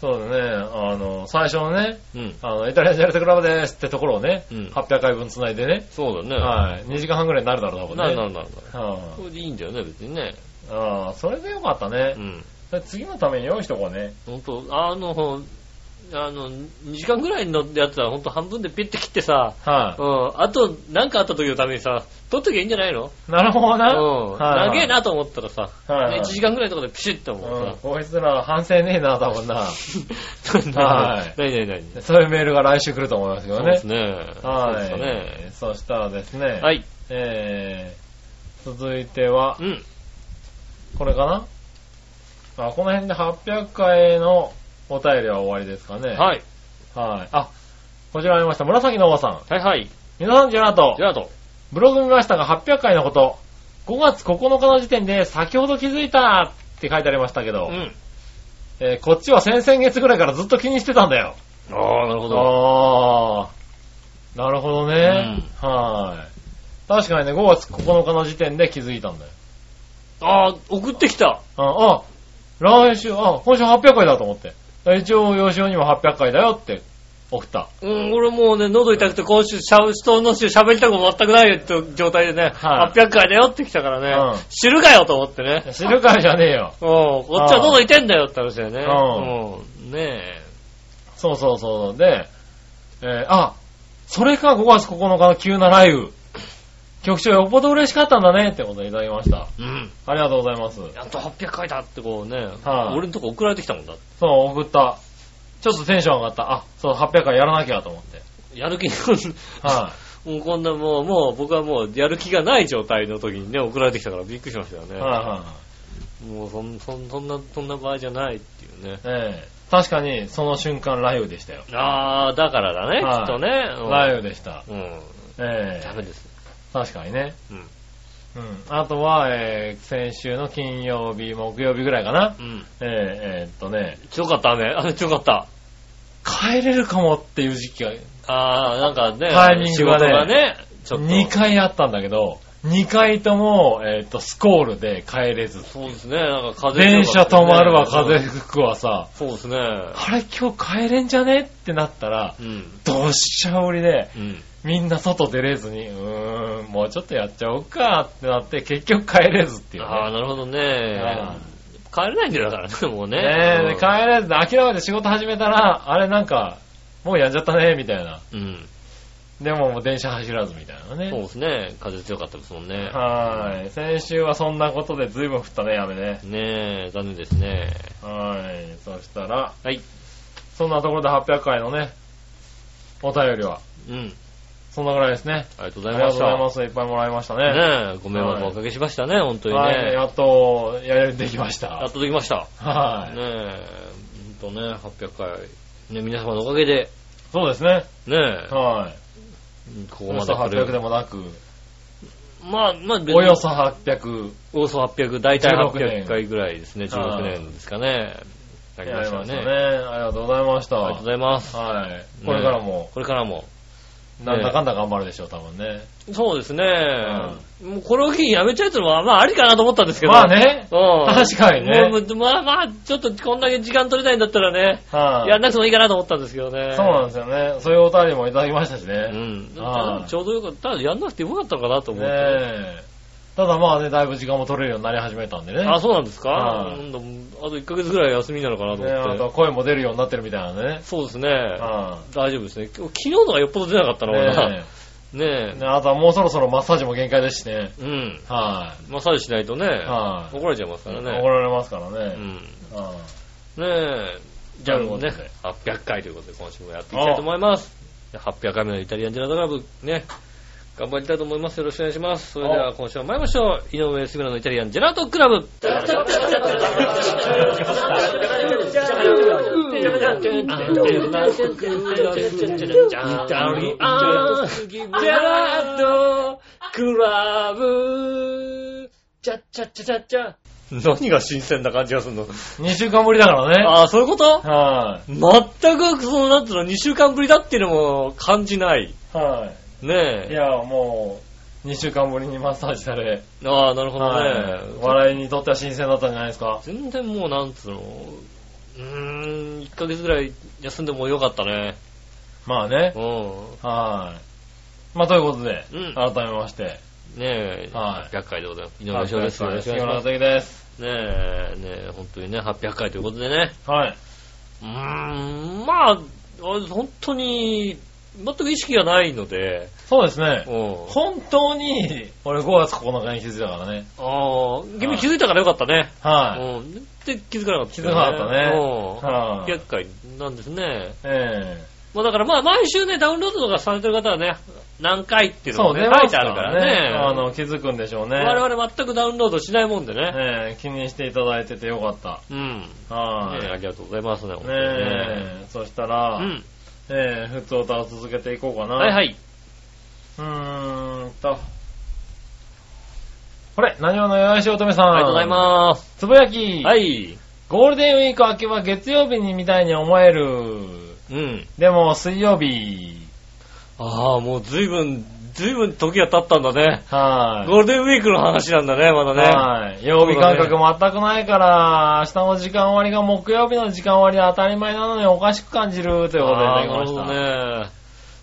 S3: そうだね。あの、最初のね、
S2: うん。
S3: あの、イタリアンジャルテクラブですってところをね、
S2: うん
S3: 800回分繋いでね、
S2: そうだね。
S3: はい、2時間半ぐらいになるだろう、多
S2: い
S3: 分ね。
S2: なるなるなる。
S3: は
S2: これでいいんだよね、別にね。
S3: いああ、それでよかったね
S2: う。ん。
S3: それ次のために用意しとこうね。
S2: ほんと、あの、あの、2時間ぐらいのやつはほんと半分でピッて切ってさ、
S3: は
S2: うん。あと、なんかあった時のためにさ、撮っときゃいいんじゃないの
S3: い。なるほどな。
S2: うん。
S3: はい
S2: 長え。なと思ったらさ、
S3: はいはい
S2: 1時間ぐらいのとかでピシッと思う
S3: うん
S2: さ。、
S3: こいつら反省ねえな、多分な。は
S2: ないになになに
S3: そういうメールが来週来ると思いますけ
S2: そ
S3: ど
S2: うで
S3: ね
S2: す。ね。そう
S3: は
S2: で
S3: い。
S2: すかね。
S3: そしたらですね、。
S2: はいい。
S3: えー、続いては
S2: う、ん。
S3: これかなあ、この辺で800回のお便りは終わりですかね。い。
S2: はい。
S3: はい。あ、こちらありました。紫のおばさん。
S2: はいはい。
S3: 皆さん、ジェラート
S2: じ。ゃあと。
S3: ブログ見ましたが、800回のこと。5月9日の時点で、先ほど気づいたって書いてありましたけ
S2: う
S3: ど、
S2: ん。
S3: えーこっちは先々月ぐらいからずっと気にしてたんだよ。
S2: ああ、なるほど。
S3: あー。なるほどね。はーい。確かにね、5月9日の時点で気づいたんだよ。
S2: ああ、送ってきた。
S3: あ、あ来週、あ、今週800回だと思って。一応、吉尾にも800回だよって送った。
S2: うん、俺もうね、喉痛くて今週、しゃぶ、人の週喋りたくも全くないよって状態でね、
S3: はい
S2: 800回だよって来たからね、
S3: うん
S2: 知るかよと思ってね。
S3: 知るかいじゃねえよ。
S2: うん、こっちは喉痛いんだよって話だよね。
S3: う
S2: うん。ね
S3: そうそうそう。で、えーあ、それか5月9日の急な雷雨。局長よっぽど嬉しかったんだねってことでいただきました。
S2: え。うん。
S3: ありがとうございます。
S2: やっと800回だってこうね、
S3: はい
S2: 俺のとこ送られてきたもんだって。
S3: そう、送った。ちょっとテンション上がった。あ、そう、800回やらなきゃと思って。
S2: やる気 に、
S3: は
S2: もうこんなもう、もう僕はもうやる気がない状態の時にね、送られてきたからびっくりしましたよ
S3: い、
S2: ね。
S3: はいはい、
S2: もうそんそんそんな、そんな場合じゃないっていうね。
S3: ええ確かに、その瞬間雷雨でしたよ。
S2: ああ、だからだね、
S3: はい
S2: きっとね。うん
S3: 雷雨でした。
S2: うん。
S3: ええ
S2: ダメです。
S3: 確かにね。
S2: うん。
S3: うん。あとは、えー、先週の金曜日、木曜日ぐらいかな。
S2: うん。
S3: えー、えーっとね、
S2: 強かった、雨。雨 強かった。
S3: 帰れるかもっていう時期が
S2: ああ、なんかね、
S3: タイミングがね
S2: 仕事がね、ちょっと。
S3: 2回あったんだけど、2回とも、えっ、と、スコールで帰れず。
S2: そうですね、なんか風
S3: 電車
S2: 強かった
S3: 止
S2: よね
S3: まるわ、風。吹くわさ、
S2: そうですね。
S3: あれ今日帰れんじゃねってなったら、
S2: うん。
S3: どっしゃ降りで、
S2: うん。
S3: みんな外出れずに、うーん、もうちょっとやっちゃおうかってなって、結局帰れずっていう
S2: ああ、
S3: ね。
S2: なるほど
S3: は
S2: ね。帰れないんだよ、だからね、もうね。
S3: ねえ、
S2: うん
S3: で帰れずで諦めて仕事始めたら、あれなんか、もうやんじゃったね、みたいな。
S2: うん。
S3: でももう電車走らずみたいなね。
S2: そうですね。風強かったですもんね。
S3: はーい。先週はそんなことで随分降ったね、雨ね。
S2: ねえ、残念ですね。
S3: はい。そしたら、
S2: はい。
S3: そんなところで800回のね、お便りは、
S2: うん。
S3: そんなぐらいですね。
S2: ありがとうござい
S3: あり
S2: ま
S3: がとう
S2: し
S3: ござい
S2: た。
S3: ます。いっぱいもらいましたね。
S2: ねえ、ご迷惑をおかけしましたね、本当に
S3: はい。
S2: ね。
S3: やっと、やれてきまし
S2: や
S3: た
S2: っ。とできました。
S3: はい、
S2: ねえ、ほんとね、800回。ね、皆様のおかげで、
S3: そうですね。
S2: ねえ、
S3: はい。
S2: ここ
S3: およ
S2: ま
S3: そ
S2: で来
S3: 800で
S2: る。
S3: もなく、
S2: まあ、まあ、
S3: およそ800
S2: およそ800、大体
S3: 16年
S2: 800回ぐらいですね、16
S3: はい
S2: 年ですかね。やり
S3: や
S2: まし
S3: り
S2: た
S3: ましたね。
S2: ね。
S3: ありがとうございました。
S2: ありがとうございます。
S3: はい。これからも、
S2: これからも。
S3: なんだかんだ頑張るでしょう、多分ね。
S2: そうですね。もうこれを機にやめちゃうってのは、まあありかなと思ったんですけど。
S3: まあ。ね。
S2: うん。
S3: 確かにね
S2: もうまあまあ、ちょっとこんだけ時間取りたいんだったらね、
S3: はい、
S2: やんなくてもいいかなと思ったんですけどね。
S3: そうなんですよね。そういうお便りもいただきましたし
S2: う
S3: ね。
S2: ん。
S3: はい
S2: ちょうどよかった。ただやんなくてよかったのかなと思
S3: ね
S2: って。
S3: え。ただまあね、だいぶ時間も取れるようになり始めたんでね。
S2: あ、そうなんですか
S3: は
S2: う
S3: い
S2: んあと1ヶ月ぐらい休みなのかなと
S3: ねえあ
S2: 思
S3: と
S2: って。
S3: 声も出るようになってるみたいなね。
S2: そうですね。
S3: は
S2: 大丈夫ですね。今日昨日のがよっぽど出なかった
S3: い
S2: な、俺な。
S3: ねえ
S2: ね
S3: ねあとはもうそろそろマッサージも限界ですしね。
S2: え。うん。
S3: は
S2: マッサージしないとね、
S3: い。はい。
S2: 怒られちゃいますから
S3: 怒
S2: ね。
S3: られますから
S2: う
S3: ね。
S2: ん。
S3: はい
S2: ねえ。じゃあもうね
S3: という、
S2: 800回ということで今週もやっていきたいと思います。800回目のイタリアンジェラートクラブ、ね。頑張りたいと思います。よろしくお願いします。それでは今週も参りましょう。井上杉村のイタリアンジェラートクラブ。何が新鮮な感じがするの
S3: 2週間ぶりだからね。
S2: ああ、そういうこと
S3: は
S2: 全く、その、なんつうの、2週間ぶりだっていうのも感じない。
S3: い。は
S2: ね
S3: い。い
S2: え。
S3: や、もう、2週間ぶりにマッサージされ、
S2: ああ、なるほど
S3: はい
S2: ね。
S3: 笑いにとっては新鮮だったんじゃないですか。
S2: 全然もう、なんつうの、うーん、1ヶ月ぐらい休んでもよかったね。
S3: まあね
S2: う。ん。
S3: はい。まあ、ということで、
S2: うん
S3: 改めまして、
S2: ねえ、
S3: はい
S2: 800回でございます。井上翔です。よろしくお
S3: 杉
S2: 願いし
S3: 村
S2: ます。
S3: 和樹です。
S2: ねえ、ねえ、本当にね、800回ということでね。
S3: はい。
S2: うーん、まあ、あれ本当に、全く意識がないので、
S3: そうですね
S2: う。ん。
S3: 本当に、俺5月9日に気づいたからね。
S2: ああ、君気づいたからよかったね。
S3: はい。
S2: うん。で、気づかなかった、
S3: 気づかなかったね
S2: うん。
S3: はい。
S2: 800回なんですね。
S3: え
S2: まあだからまあ毎週ね、ダウンロードとかされてる方はね、何回って
S3: え
S2: いうのもね、書いてあるからね。
S3: あの、気づくんでしょうね。
S2: 我々全くダウンロードしないもんでね。
S3: ええ気にしていただいててよかった。
S2: うん。ねえあ
S3: はい。
S2: りがとうございますね、本
S3: ね
S2: 当にね。
S3: え、そしたら、
S2: うん。
S3: ええ普通歌を続けていこうかな。
S2: はいはい。
S3: うーんと。これ、何話のよしおとめさん。
S2: ありがとうございます。
S3: す。つぶやき。
S2: はい。
S3: ゴールデンウィーク明けは月曜日にみたいに思える。
S2: うん。
S3: でも、水曜日。
S2: ああ、もう随分、随分時が経ったんだね。
S3: はい。
S2: ゴールデンウィークの話なんだね、まだね。
S3: はい。曜日感覚全くないから、明日の時間割が木曜日の時間割で当たり前なのにおかしく感じるということでいただきました。
S2: あーなる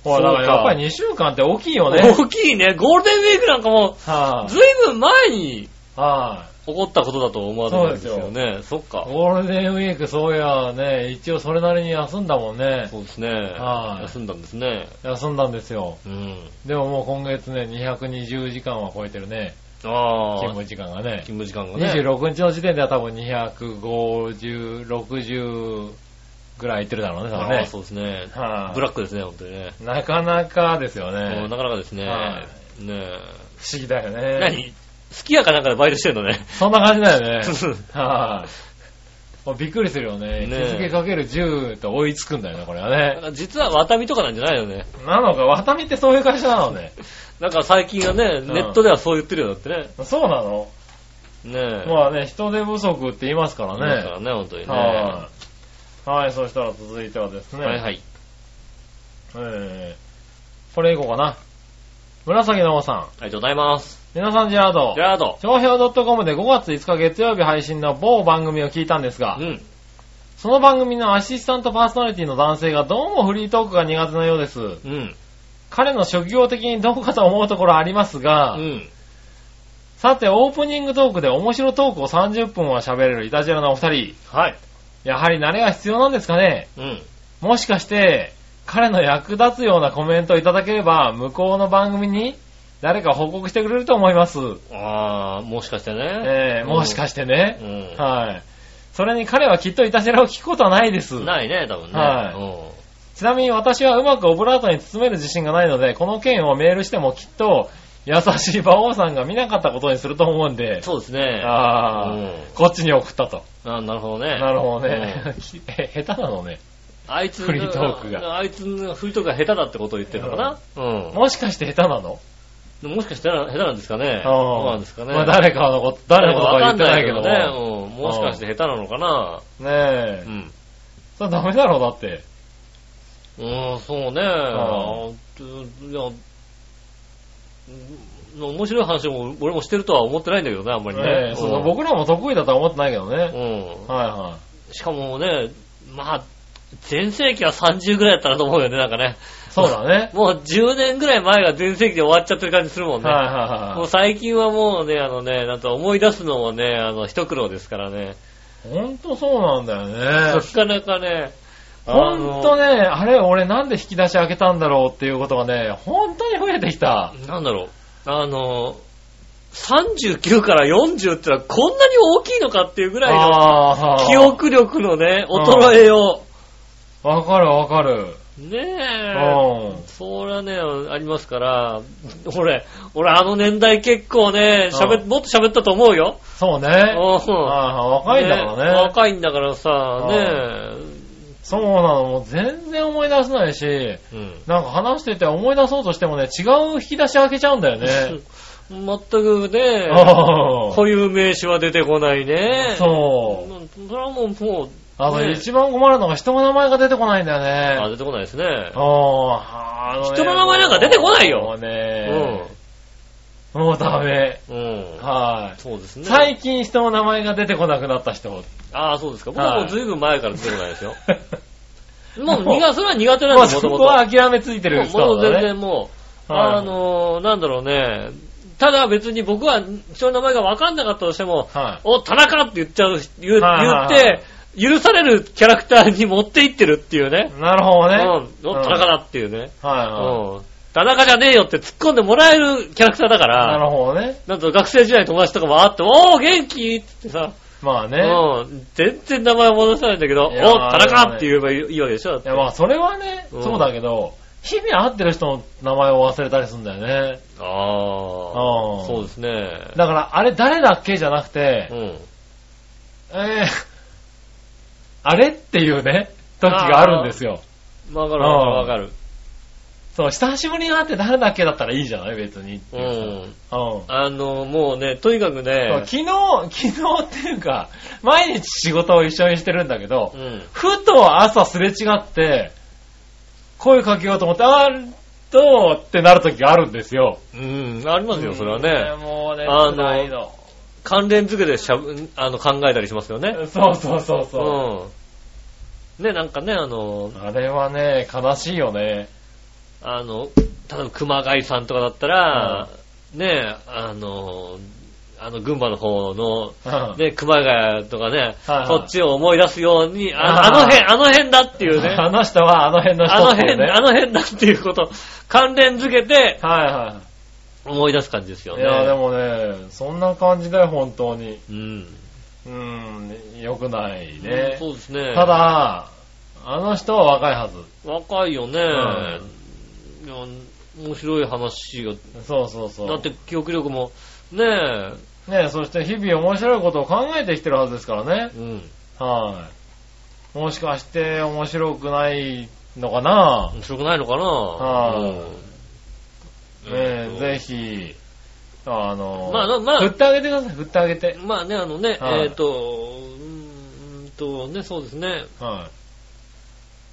S3: ほら、だから
S2: そうか
S3: やっぱり2週間って大きいよ
S2: ほど
S3: ね
S2: ね。。大きいね。ゴールデンウィークなんかもう、
S3: はい、
S2: 随分前に
S3: は
S2: 起こったことだと思わないですよね。そっ
S3: い、
S2: か。
S3: ゴールデンウィーク、そういやね、一応それなりに休んだもんね。
S2: そうですね。
S3: はい
S2: 休んだんですね。
S3: 休んだんですよ。
S2: うん。
S3: でももう今月ね、220時間は超えてるね。
S2: ああ。
S3: 勤務時間がね。
S2: 勤務時間がね。
S3: 26日の時点では多分250、60ぐらいいってるだろうね、多
S2: あ
S3: 分
S2: あ、
S3: ね。
S2: そうですね。
S3: はい
S2: ブラックですね、本当にね。
S3: なかなかですよ
S2: う
S3: ね
S2: ん。なかなかですね。
S3: は
S2: ね
S3: 不思議だよ
S2: え。
S3: ね。
S2: 何好きやかなんかでバイトしてんの ね。
S3: そんな感じだ よね。はい、もうびっくりするよね。
S2: ね
S3: 日付かける10と追いつくんだよね、これは
S2: なん
S3: ね。
S2: か 実はワタミとかなんじゃないよね。
S3: なのか、ワタミってそういう会社なの ね。
S2: なんか最近はね、
S3: ん
S2: ネットではそう言ってるようになってね。
S3: そうなの
S2: ねえ。
S3: まあね、人手不足って言いますから
S2: いますか
S3: ね。
S2: らね、本当にね。
S3: はい、はい、そしたら続いてはですね。
S2: はいはい。
S3: えーこれいこうかな。紫の王さん。
S2: ありがとうございます。
S3: 皆さん、ジェラード
S2: ジェ。ラード。
S3: 商標 .com で5月5日月曜日配信の某番組を聞いたんですが
S2: う、ん。
S3: その番組のアシスタントパーソナリティの男性がどうもフリートークが苦手なようです。
S2: うん。
S3: 彼の職業的にどうかと思うところあります
S2: う
S3: が、
S2: ん。
S3: さてオープニングトークで面白トークを30分は喋れるイタジェラのお二人、
S2: はい。
S3: やはり慣れが必要なんですかね
S2: うん。
S3: もしかして、彼の役立つようなコメントをいただければ、向こうの番組に誰か報告してくれると思います。
S2: ああ、もしかしてね。
S3: えー、もしか
S2: し
S3: してね
S2: う。ん。
S3: はい。それに彼はきっとイタジェラを聞くことはないです。
S2: ないね、多分ね。
S3: はいちなみに私はうまくオブラートに包める自信がないので、この件をメールしてもきっと、優しい馬王さんが見なかったことにすると思うん
S2: うん
S3: で、
S2: そうですね。
S3: あー
S2: うん
S3: こっちに送ったと。
S2: あなるほどね。
S3: なるほどね
S2: うん。
S3: き え下手なのね。
S2: あいつ、
S3: フリートークが
S2: あいつのフリートークが下手だってことを言ってるのかなう
S3: もしかして下手なの
S2: ん。もしかしたら下手なんですかね。
S3: あー
S2: そうなんですかね。
S3: まあ誰かのこと、誰のことは言ってないけど
S2: わかんないけ
S3: も。
S2: どね。うん。もしかして下手なのかな
S3: ねえ
S2: う。ん。
S3: それダメだろう、だって。
S2: うん、そうね。
S3: あ
S2: いや、うん面白い話も俺もしてるとは思ってないんだけどね、あんまりね。
S3: ええその
S2: うん
S3: 僕らも得意だとは思ってないけど
S2: う
S3: ね。
S2: ん。
S3: は
S2: しかもね、まあ、全盛期は30ぐらいだったなと思うよね、なんかね。
S3: いはい。そうだね。
S2: もう10年ぐらい前が全盛期で終わっちゃってる感じするもんね。
S3: はい
S2: もう
S3: は
S2: 最近はもうね、あのね、なんと思い出すのもね、あの、一苦労ですからね。
S3: いはい。ほんとそうなんだよ
S2: な
S3: ね。
S2: かなかね、
S3: ほんと
S2: ね、
S3: ね、あれ、俺なんで引き出し開けたんだろうっていうことがね、本当に増えてきた。
S2: なんだろう、あの、39から40ってのはこんなに大きいのかっていうぐらいの
S3: あー
S2: 記憶力のね、衰えよ
S3: わかるわかる。
S2: う。
S3: う
S2: ねえ。
S3: ん。
S2: それはね、ありますから、俺、俺あの年代結構ね、喋っ、もっと喋ったと思うよ。
S3: そう
S2: う
S3: ね。
S2: ん
S3: あー若いんだからね。
S2: 若いんだからさ、ね
S3: そうなの、もう全然思い出せないし、
S2: え。うん。
S3: なんか話してて思い出そうとしてもね、違う引き出し開けちゃうんだよ ね。
S2: 全くね、
S3: あー
S2: 固有名詞は出てこないね。
S3: そう。
S2: うんそれはもう、もう、
S3: あの、
S2: ね
S3: 一番困るのが人の名前が出てこないんだ
S2: あ、
S3: よね。
S2: 出てこないですね。
S3: あーあのね
S2: 人の名前なんか出てこないよ
S3: もう
S2: う
S3: ね
S2: ん。。
S3: もうダメ。
S2: うん。
S3: は
S2: そうです
S3: い。
S2: ね。
S3: 最近人の名前が出てこなくなった人。
S2: ああ、そうですか。僕はも
S3: は
S2: う
S3: い
S2: 随分前から出てこないですよ。
S3: も
S2: も
S3: う
S2: う苦、それは苦手なんで
S3: まあ
S2: す
S3: そ
S2: よ、も
S3: こ
S2: とも
S3: は諦めついてる
S2: と。
S3: 人
S2: もう
S3: だ
S2: 全
S3: ね。
S2: 然もう、
S3: はい
S2: あのー、なんだろうね。ただ別に僕は人の名前が分かんなかったとしても、
S3: はい。
S2: お、田中って言っちゃう、言う
S3: はいはいはい
S2: 言って、許されるキャラクターに持っていってるっていうね。
S3: なるほ
S2: う
S3: ど
S2: ん
S3: ね。。
S2: お、田中だっていうね。
S3: はいは
S2: うん。田中じゃねえよって突っ込んでもらえるキャラクターだか
S3: い。な
S2: ら、
S3: るほどね。
S2: なんと学生時代の友達とかも会って、おー、元気ってさ、
S3: まあね。
S2: うん。全然名前戻せないんだけど、お、
S3: いやー
S2: 田中って言えばいいいいわけでしょだっ
S3: い
S2: て
S3: やまあそれはね、
S2: うん
S3: そうだけど、日々会ってる人の名前を忘れたりするんだよね。
S2: あ
S3: う
S2: あ。
S3: ん
S2: そうですね。
S3: だから、あれ誰だっけじゃなく
S2: う
S3: て、
S2: ん。
S3: えー、あれっていうね、時があるんですよ。
S2: わかるわかるわかる。
S3: そう、久しぶりに会って誰だっけだったらいいじゃない別にって
S2: う
S3: いうさ。
S2: ん。
S3: うん
S2: あの、もうね、とにかく
S3: そう
S2: ね、
S3: 昨日、昨日っていうか、毎日仕事を一緒にしてるんだけど
S2: う、ん。
S3: ふと朝すれ違って、声かけようと思って、あーっとってなる時があるんですよ。
S2: うん、ありますよ、それは
S3: うん
S2: ね。
S3: もうね、
S2: あの
S3: 辛いの。
S2: 関連付けでしゃぶ、あの、考えたりしますよね。
S3: そうそうそうそう。
S2: うん。ね、なんかね、あの、
S3: あれはね、悲しいよね。
S2: あの、例えば熊谷さんとかだったら、ね、あの、あの、群馬の方の、
S3: うん
S2: ね、熊谷とかね、
S3: はいはい
S2: そっちを思い出すように、ああ
S3: あー
S2: の辺、あの辺だっていうね、
S3: あの人はあの辺の人
S2: あの
S3: っていう
S2: 辺、
S3: ね。
S2: あの辺だっていうこと、関連づけて
S3: はいは
S2: 思い出す感じですよ
S3: い。
S2: ね。
S3: いや、でもね、そんな感じだよ、本当に。
S2: うん。
S3: うん、良くないね。
S2: そうですね。
S3: た、だ、あの人は若いはず。
S2: 若いよね。いや面白い話が、
S3: そうそうそう。
S2: だって記憶力も、ね
S3: ね、そして日々面白いことを考えてきてるはずですからね
S2: え、。うん。
S3: はい。もしかして面白くないのかな
S2: 面白くないのかな
S3: はい
S2: うん
S3: ね
S2: うん
S3: ぜひ、あの、
S2: まあまあ
S3: 振ってあげてください、振ってあげて。
S2: まあね、あのね、
S3: はい
S2: えっ、と、うーんとね、そうですね、
S3: は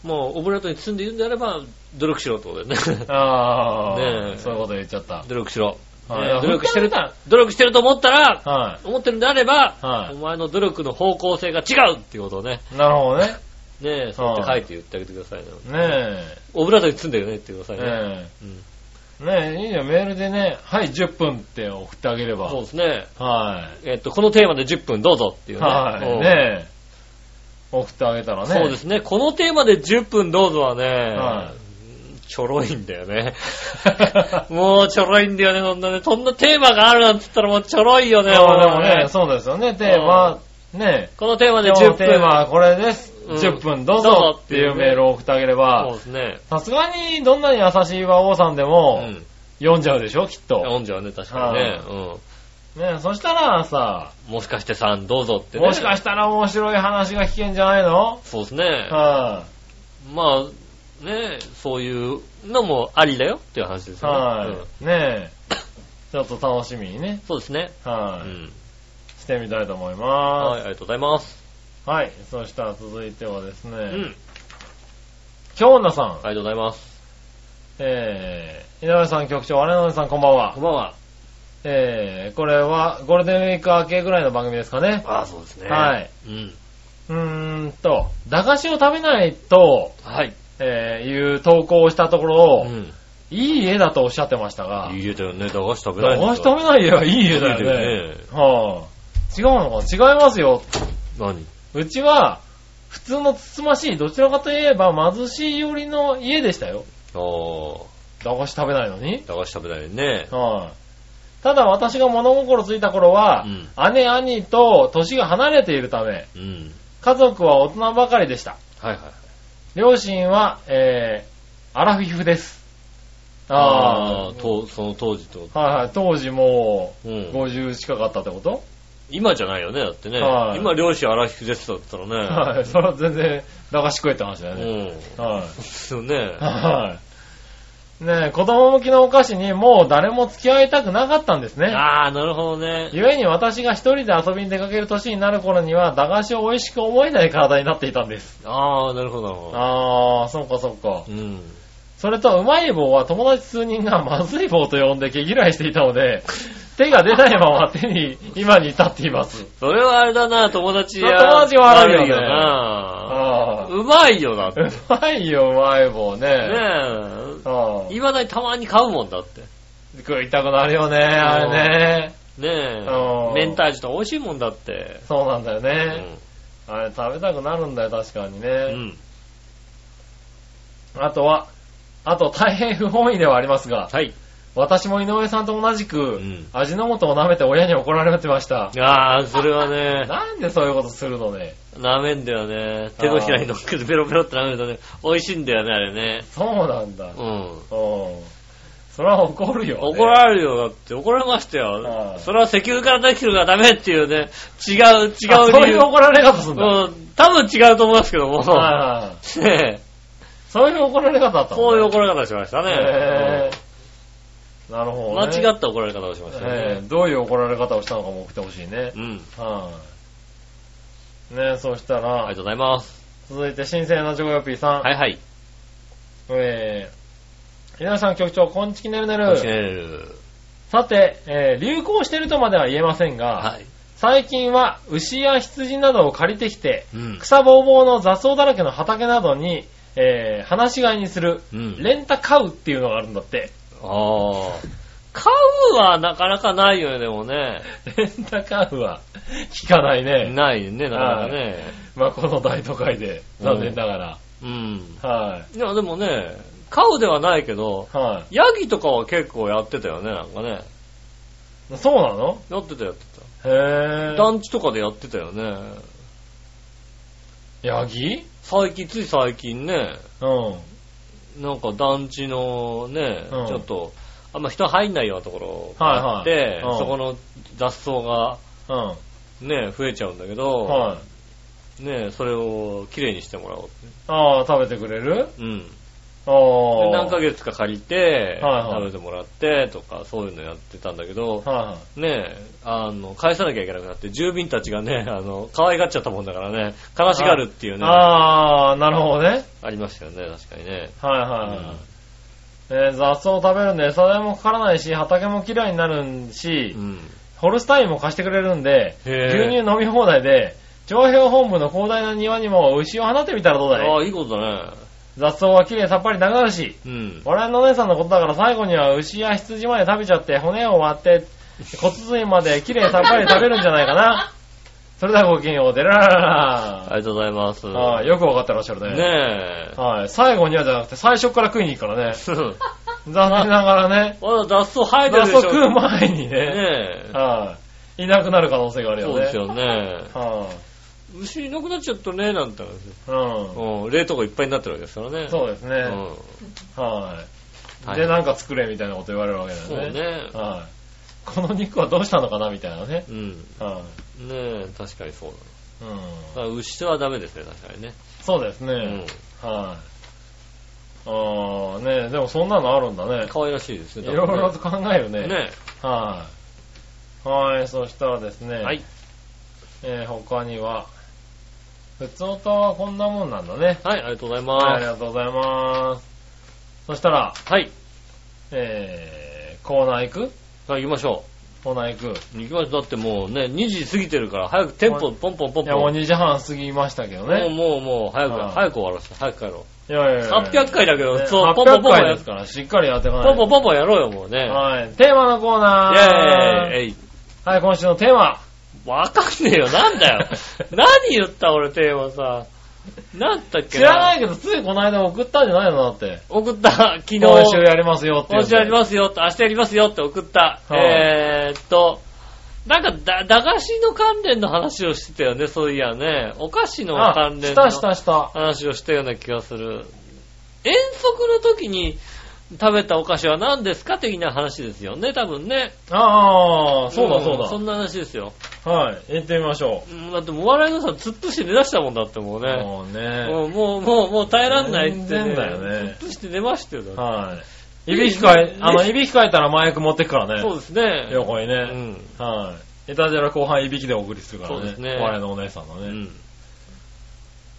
S3: い。
S2: もうオブラートに包んで言うんであれば、努力しろってことだよね。
S3: ああ、
S2: ねえ
S3: そういうこと言っちゃった。
S2: 努力しろ。
S3: はい
S2: ね努力してる
S3: 本当は、
S2: 努力してると思ったら、
S3: は
S2: 思ってるんであれば、
S3: はい
S2: お前の努力の方向性が違うっていうことをね、
S3: い。なるほどね。
S2: ねそうやって書いて言ってあげてくださいね。
S3: ね
S2: オブラートに包んでよねって言ってくだ
S3: え。
S2: さいね。
S3: ね
S2: うん
S3: え。ねえ、いいよ、メールでね、はい、10分って送ってあげれば。
S2: そうですね。
S3: は
S2: えっ、と、このテーマで10分どうぞってい
S3: い。
S2: うね。
S3: はい。
S2: うん
S3: ねえ。送ってあげたらね。
S2: そうですね。このテーマで10分どうぞはね、
S3: は
S2: ちょろいんだよね。 もうちょろいんだよね、そんなね。そんなテーマがあるなんて言ったらもうちょろいよね、
S3: まあで
S2: も
S3: も
S2: う
S3: ね、そうですよね、テーマ。ねえ。
S2: このテーマで
S3: 今日
S2: 10
S3: の
S2: 分。
S3: テーマはこれです。
S2: うん
S3: 10分どう
S2: どうぞ
S3: ぞ
S2: っ
S3: ってて
S2: い
S3: いうう
S2: ね
S3: メールを送ってあげ
S2: そ
S3: れ
S2: う
S3: ば
S2: で、すね。
S3: さすがにどんなに優しい和王さんで
S2: う
S3: も
S2: ん。
S3: 読んじゃうでしょ、きっと。
S2: 読んじゃうね、確かにね。
S3: ねえ、そしたらさ、
S2: うん。もしかして3どうぞってね。
S3: もしかしたら面白い話が聞けんじゃないの
S2: そうですね。
S3: は
S2: まあ、ね、そういうのもありだよっていう話です
S3: い。
S2: よね。
S3: は
S2: うん
S3: い。ねえ。ちょっと楽しみにね、
S2: そうですね。う
S3: はい。
S2: ん。
S3: してみたいと思い
S2: はい、
S3: ま
S2: ありがとうございます。
S3: す。はい。そしたら続いてはです
S2: う
S3: ね、
S2: ん。
S3: 京女さん、
S2: ありがとうございます。
S3: えー、井上さん局長、我々さんこんばんは
S2: こん。ばんは。
S3: えー、これはゴールデンウィーク明けぐらいの番組ですかね。
S2: ああ、そうですね。。
S3: はいい。
S2: うん。
S3: うーんと、駄菓子を食べないと、
S2: はい。
S3: えー、いう投稿をしたところ、
S2: うん。
S3: いい家だとおっしゃってましたが、
S2: いい家だよね。駄菓子食べな
S3: 駄
S2: いの
S3: 菓子食べない家はいい家だよね。
S2: いい家だよね。
S3: はあ、違うのかな違いますよ。
S2: 何
S3: うちは、普通のつつましい、どちらかといえば貧しい寄りの家でしたよ。
S2: ああ、
S3: 駄菓子食べないのに。
S2: 駄菓子食べないよね。
S3: はい、ただ私が物心ついた頃は、
S2: うん
S3: 姉、兄と年が離れているため、
S2: うん。
S3: 家族は大人ばかりでした。
S2: はいはい。
S3: 両親は、えー、アラフィフです。あ
S2: あ
S3: あ
S2: あ、、と、その当時ってこと。
S3: はいはい、当時も
S2: う。
S3: うん50近かったってこと、
S2: 今じゃないよね、だってね。
S3: はい
S2: 今、漁師荒引きですだったらね。
S3: はい、それは全然駄菓子食えって話だよ
S2: う
S3: ね。
S2: ん。
S3: はい。
S2: ですよね。
S3: はい。ねえ、子供向きのお菓子にもう誰も付き合いたくなかったんですね。
S2: ああ、なるほどね。
S3: 故に私が一人で遊びに出かける年になる頃には、駄菓子を美味しく思えない体になっていたんです。
S2: ああ、なるほどなるほど。
S3: あー、そっかそっか
S2: う。ん。
S3: それと、うまい棒は友達数人がまずい棒と呼んで毛嫌いしていたの で、手が出ないまま手に、今に至っています。
S2: それはあれだな、友達や。
S3: 友達が悪いよね
S2: 悪な。
S3: あー、
S2: うまいよなっ て。
S3: う
S2: ね
S3: まいよ、うまい棒ね。
S2: え。
S3: あー
S2: いまだにたまに買うもんだって。
S3: 食いたくなるよね、あれね。
S2: ね
S3: うん
S2: え。明太子とか美味しいもんだって。
S3: そうなんだよ
S2: う
S3: ね。
S2: ん。
S3: あれ食べたくなるんだよ、確かにね。
S2: うん。
S3: あとは、あと大変不本意ではありますが、
S2: はい。
S3: 私も井上さんと同じく、
S2: ん
S3: 味の素を舐めて親に怒られてました。
S2: ああ、それは ね、
S3: なんでそういうことするのね。
S2: なめんだよね。手のひらに乗っけてペロペロって舐めるとね、美味しいんだよね、あれね。
S3: そうなんだ。うん。
S2: うん。
S3: それは怒るよ、ね。
S2: 怒られるよ、だって。怒られました
S3: あ
S2: よ
S3: あ。
S2: それは石油からできてるからダメっていうね、違う、違う理
S3: あ
S2: 由。
S3: そういう怒られ方するんだ。
S2: うん、多分違うと思いますけども。
S3: はいはいはい
S2: ねえ
S3: そういう怒られ方だったのね
S2: こういう怒られ方しました
S3: へ
S2: ね。
S3: ーなる
S2: うん
S3: ほ
S2: 間
S3: ど、ね。
S2: 違
S3: っ
S2: った怒られ方をしましたね。
S3: どういう怒られ方をしたのかも送ってほしいね
S2: う。ん。
S3: はい、ねそうした
S2: あり
S3: ら
S2: がと、うございます。
S3: 続いて新鮮なジョコヨピーさん。
S2: はいはい。
S3: えー、皆さん局長、こんちきねるね
S2: 楽しめ
S3: る。
S2: る
S3: さて、えー、流行してるとまでは言えませんが、
S2: はい。
S3: 最近は牛や羊などを借りてきて、
S2: うん。
S3: 草ぼうぼうの雑草だらけの畑などに、えー、放し飼いにする、
S2: うん
S3: レンタカウっていうのがあるんだって。
S2: ああ。買うはなかなかないよね、でもね。
S3: レンタカウは聞かないね。
S2: ないね、なかなかね。
S3: まあ、この大都会で、残念ながら。
S2: うん。
S3: はい
S2: や、でもね、買うではないけど、
S3: い。は
S2: ヤギとかは結構やってたよね、なんかね。
S3: い。そうなの
S2: やってた、やって
S3: へ
S2: た。
S3: ぇ
S2: 団地とかでやってたよね。
S3: ヤギ
S2: 最近、つい最近ね、
S3: うん。
S2: なんか団地のね、
S3: うん
S2: ちょっと、あんま人入んないようなところがあって、
S3: はいはいうん
S2: そこの雑草が
S3: うん。
S2: ね、増えちゃうんだけど、
S3: はい。
S2: ね、それをきれいにしてもらおうって。
S3: ああ、食べてくれる
S2: うん。
S3: ああ。
S2: で何ヶ月か借りて、
S3: はいはい
S2: 食べてもらってとか、そういうのやってたんだけど、
S3: は
S2: ねえ、あの、返さなきゃいけなくなって、住民たちがね、 あの、可愛がっちゃったもんだからね、悲しがるってい
S3: いうはい。
S2: ね、あ
S3: ああ、なるほどね。
S2: りましたよね、確かにね。
S3: はいはいはい。えー雑草を食べるんで餌代もかからないし、畑もきれいになるし、
S2: うん。
S3: ホルスタインも貸してくれるんで、
S2: へ
S3: 牛
S2: ー
S3: 乳飲み放題で、長編本部の広大な庭にも牛を放ってみたらどうだ
S2: あ
S3: い
S2: あ、いいことだね。
S3: 雑草はきれいさっぱりなくなるし、
S2: うん。
S3: 我々のお姉さんのことだから最後には牛や羊まで食べちゃって、骨を割って、骨髄まできれいさっぱり食べるんじゃないかな。それではごきげんよう、でらららら
S2: ありがとうございます。
S3: はい、よくわかってらっしゃるね。
S2: ねえ。
S3: はい、最後にはじゃなくて最初から食いに行くからね。
S2: うん
S3: 残念ながら ね、
S2: まだ雑草生えてる
S3: 雑
S2: でし
S3: 草
S2: ょ。
S3: 食う前にね、
S2: ね
S3: はい、いなくなる可能性があ
S2: え。
S3: る
S2: そ
S3: よ
S2: うで
S3: ね
S2: す。よね。
S3: は
S2: 牛いなくなっちゃったね、なんて話。
S3: い、う
S2: うん。冷凍庫いっぱいになってるわけですからね。
S3: ん。そうです
S2: う
S3: ね。
S2: ん。
S3: はい。
S2: 大
S3: で、
S2: 変
S3: なんか作れみたいなこと言われるわけだ
S2: そう
S3: よね。
S2: ね。
S3: はい。この肉はどうしたのかなみたいなね。
S2: うん。
S3: は
S2: ねえ、確かにそうだ。
S3: い。うん。
S2: だから牛はダメですね、確かにね。
S3: そうですね。
S2: うん。
S3: はい。あーねでもそんなのあるんだね。
S2: 可愛らしいです
S3: い
S2: ね。
S3: ろい
S2: 多
S3: ろと考える
S2: 分ね。
S3: ね。
S2: ね
S3: はい。はい、そしたらですね、
S2: はい。
S3: えー他には、普通歌はこんなもんなんだね。
S2: はい、ありがとうござい
S3: はい、あり
S2: ま
S3: がとうございます。そしたら、
S2: す。はい。
S3: えー、コーナー行く
S2: はい、行きましょ
S3: コーナー行く。
S2: う。行きましょう。だってもうね、2時過ぎてるから、早くテンポ、ポンポンポン
S3: い
S2: ポン。
S3: や、もう
S2: も
S3: 2時半過ぎましたけど
S2: う
S3: ね。
S2: もう、もう、早く
S3: うん、
S2: 早く終わらせて、早く帰ろ
S3: いやいや
S2: う。
S3: いや
S2: 800回だけど、
S3: ね
S2: そう、ポンポン
S3: 800
S2: ポンポン
S3: 回
S2: や
S3: ですから、しっかりやっていかない
S2: ポンポ
S3: と
S2: ンポンポンやろうよ、もうね。
S3: はい。テーマのコーナ
S2: イェー
S3: ー。
S2: イえい
S3: はい、今週のテーマ。
S2: わかんねえよ、なんだ よ。何言った俺、テーマさ。なんだっけ
S3: 知らない
S2: い
S3: けど、ついこの間送ったんじゃないのだって。
S2: 送った、昨日。
S3: 今週やりますよって言
S2: 今
S3: って。
S2: 週やりますよと、明日やりますよって送った。
S3: はい
S2: えーっと、なんかだ、駄菓子の関連の話をしてたよね、そういやね。お菓子の関連の
S3: あ、したしたした。
S2: 話をしたような気がする。遠足の時に食べたお菓子は何ですか的な話ですよね、多分ね。
S3: ああ、そうだそうだ。
S2: んそんな話ですよ。
S3: はい、行ってみましょ
S2: うんだってもうお笑いのさ、突っ伏して寝だしたもんだってもう
S3: う。
S2: ね。
S3: もうね。
S2: もう、もう、もう、もう耐えらんないって、ね。
S3: 全然だよね
S2: 突っ伏して寝ましたよ、だって
S3: はい。いびきかえ、あの、いびきかえたら麻薬持ってくからね。
S2: そうですね。
S3: 横に
S2: う
S3: ね。
S2: ん。
S3: はい。いたじら後半いびきでお送りするから
S2: そ
S3: ね。
S2: うですね
S3: お笑いのお姉さんの
S2: う
S3: ね。
S2: ん。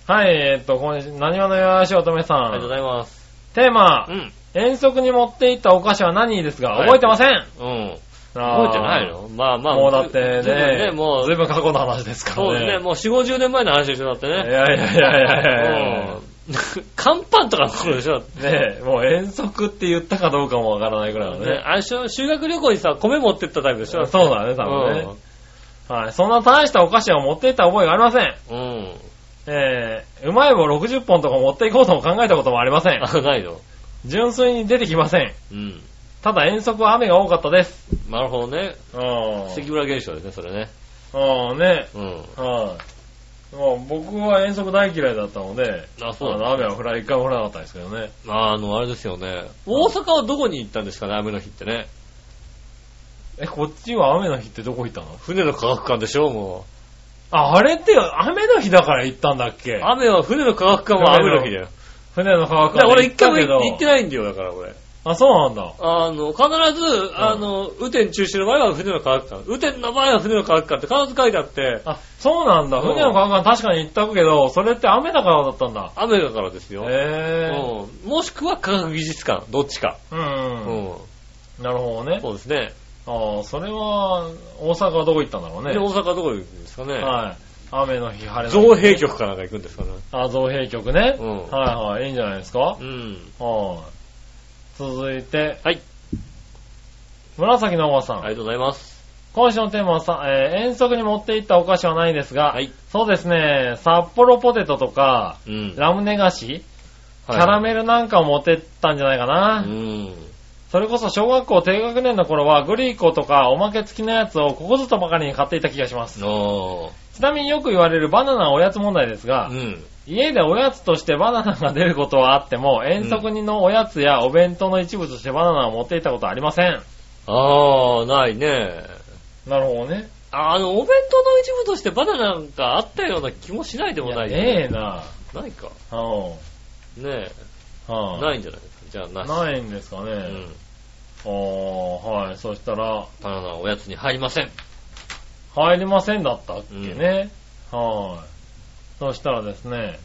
S3: はい、えーっと、今週、何話のよしおとめさ
S2: ありがとうござ
S3: ん。
S2: います。
S3: テーマ
S2: う、ん。
S3: 遠足に持って行ったお菓子は何ですが、
S2: はい
S3: 覚えてません
S2: うん。
S3: あー
S2: 覚えてないのまあまあ。
S3: もうだって
S2: ずいぶん
S3: ね、
S2: も、
S3: ずいうぶん過去の話ですから
S2: そ
S3: ね。
S2: うですね。もう4、50年前の話でしょ、だって
S3: いやい
S2: ね。
S3: やいやいやいや
S2: うん。 乾パンとかの頃でしょ、だって
S3: ねえ、もう遠足って言ったかどうかもわからないくらいの
S2: ね
S3: ね。
S2: あれでしょ修学旅行にさ、米持ってったタイプでし
S3: そ
S2: ょ。
S3: うだね、多分ね。はい。そんな大したお菓子を持っていった覚えがありません。
S2: うん。うん。
S3: えー、うまい棒60本とか持っていこうとも考えたこともあり ません。
S2: あ、ないの
S3: 純粋に出てきません。
S2: うん。
S3: ただ遠足は雨が多かったです。
S2: なるほどね。
S3: うん。
S2: 関村現象ですね、それね。
S3: うん、ね。
S2: うん。
S3: はい。もう僕は遠足大嫌いだったので、
S2: あ、
S3: あ
S2: そうだ
S3: の雨は降ら、一回も降らなかったですけどね。
S2: ああの、あれですよね。大阪はどこに行ったんですかね、雨の日ってね。
S3: え、こっちは雨の日ってどこ行ったの
S2: 船の科学館でしょ、も
S3: あ、あれって雨の日だから行ったんだっけ
S2: う。雨は、船の科学館は雨の日だよ。
S3: 船の川
S2: だから
S3: から
S2: 俺
S3: 行っ
S2: 一回
S3: た
S2: も
S3: けど。
S2: 行ってないんだよ、だから俺。
S3: あ、そうなんだ。
S2: あの、必ず、あの、雨天中止の場合は船の科学館。雨天の場合は船の科学館って必ず書いてあって、
S3: あ、そうなんだ。
S2: うん
S3: 船の川から確かに行ったけど、それって雨だからだったんだ。
S2: 雨だからですよ。
S3: へぇ
S2: うんもしくは科学技術館、どっちか。
S3: ー。う。
S2: うんん。
S3: なるほどね。
S2: そうですね。
S3: ああ、それは、大阪はどこ行ったんだろうね
S2: で、。大阪どこ行くんですかね。
S3: はい。雨の日晴れの日
S2: 造幣局かなんか行くんですかね。
S3: あ、造幣局ね。
S2: うん
S3: はいはい。いいんじゃないですか
S2: う。ん。
S3: はい。続いて、
S2: はい。
S3: 紫のおばさん。
S2: ありがとうございます。
S3: 今週のテーマはさ、えー遠足に持って行ったお菓子はないですが、
S2: はい。
S3: そうですね、札幌ポテトとか、
S2: うん。
S3: ラムネ菓子、キ
S2: はい
S3: ャラメルなんかを持ってったんじゃないかな。
S2: うん。
S3: それこそ小学校低学年の頃はグリコとかおまけ付きのやつをここずとばかりに買っていた気がします。
S2: の
S3: ちなみによく言われるバナナはおやつ問題ですが、
S2: うん。
S3: 家でおやつとしてバナナが出ることはあっても、遠足にのおやつやお弁当の一部としてバナナを持っていったことはありません。
S2: ああ、ないね。
S3: なるほどね。
S2: あの、お弁当の一部としてバナナなんかあったような気もしないでもない
S3: い
S2: よ
S3: やねえな。
S2: ないか。
S3: うん。
S2: ねえ。
S3: は
S2: ないんじゃないですか。じゃあ、
S3: い
S2: なし。
S3: ないんですか
S2: うん。
S3: ね。ああ、はい。そしたら、
S2: バナナはおやつに入りません。
S3: 入りませんだったっけね。はい。そしたらですね、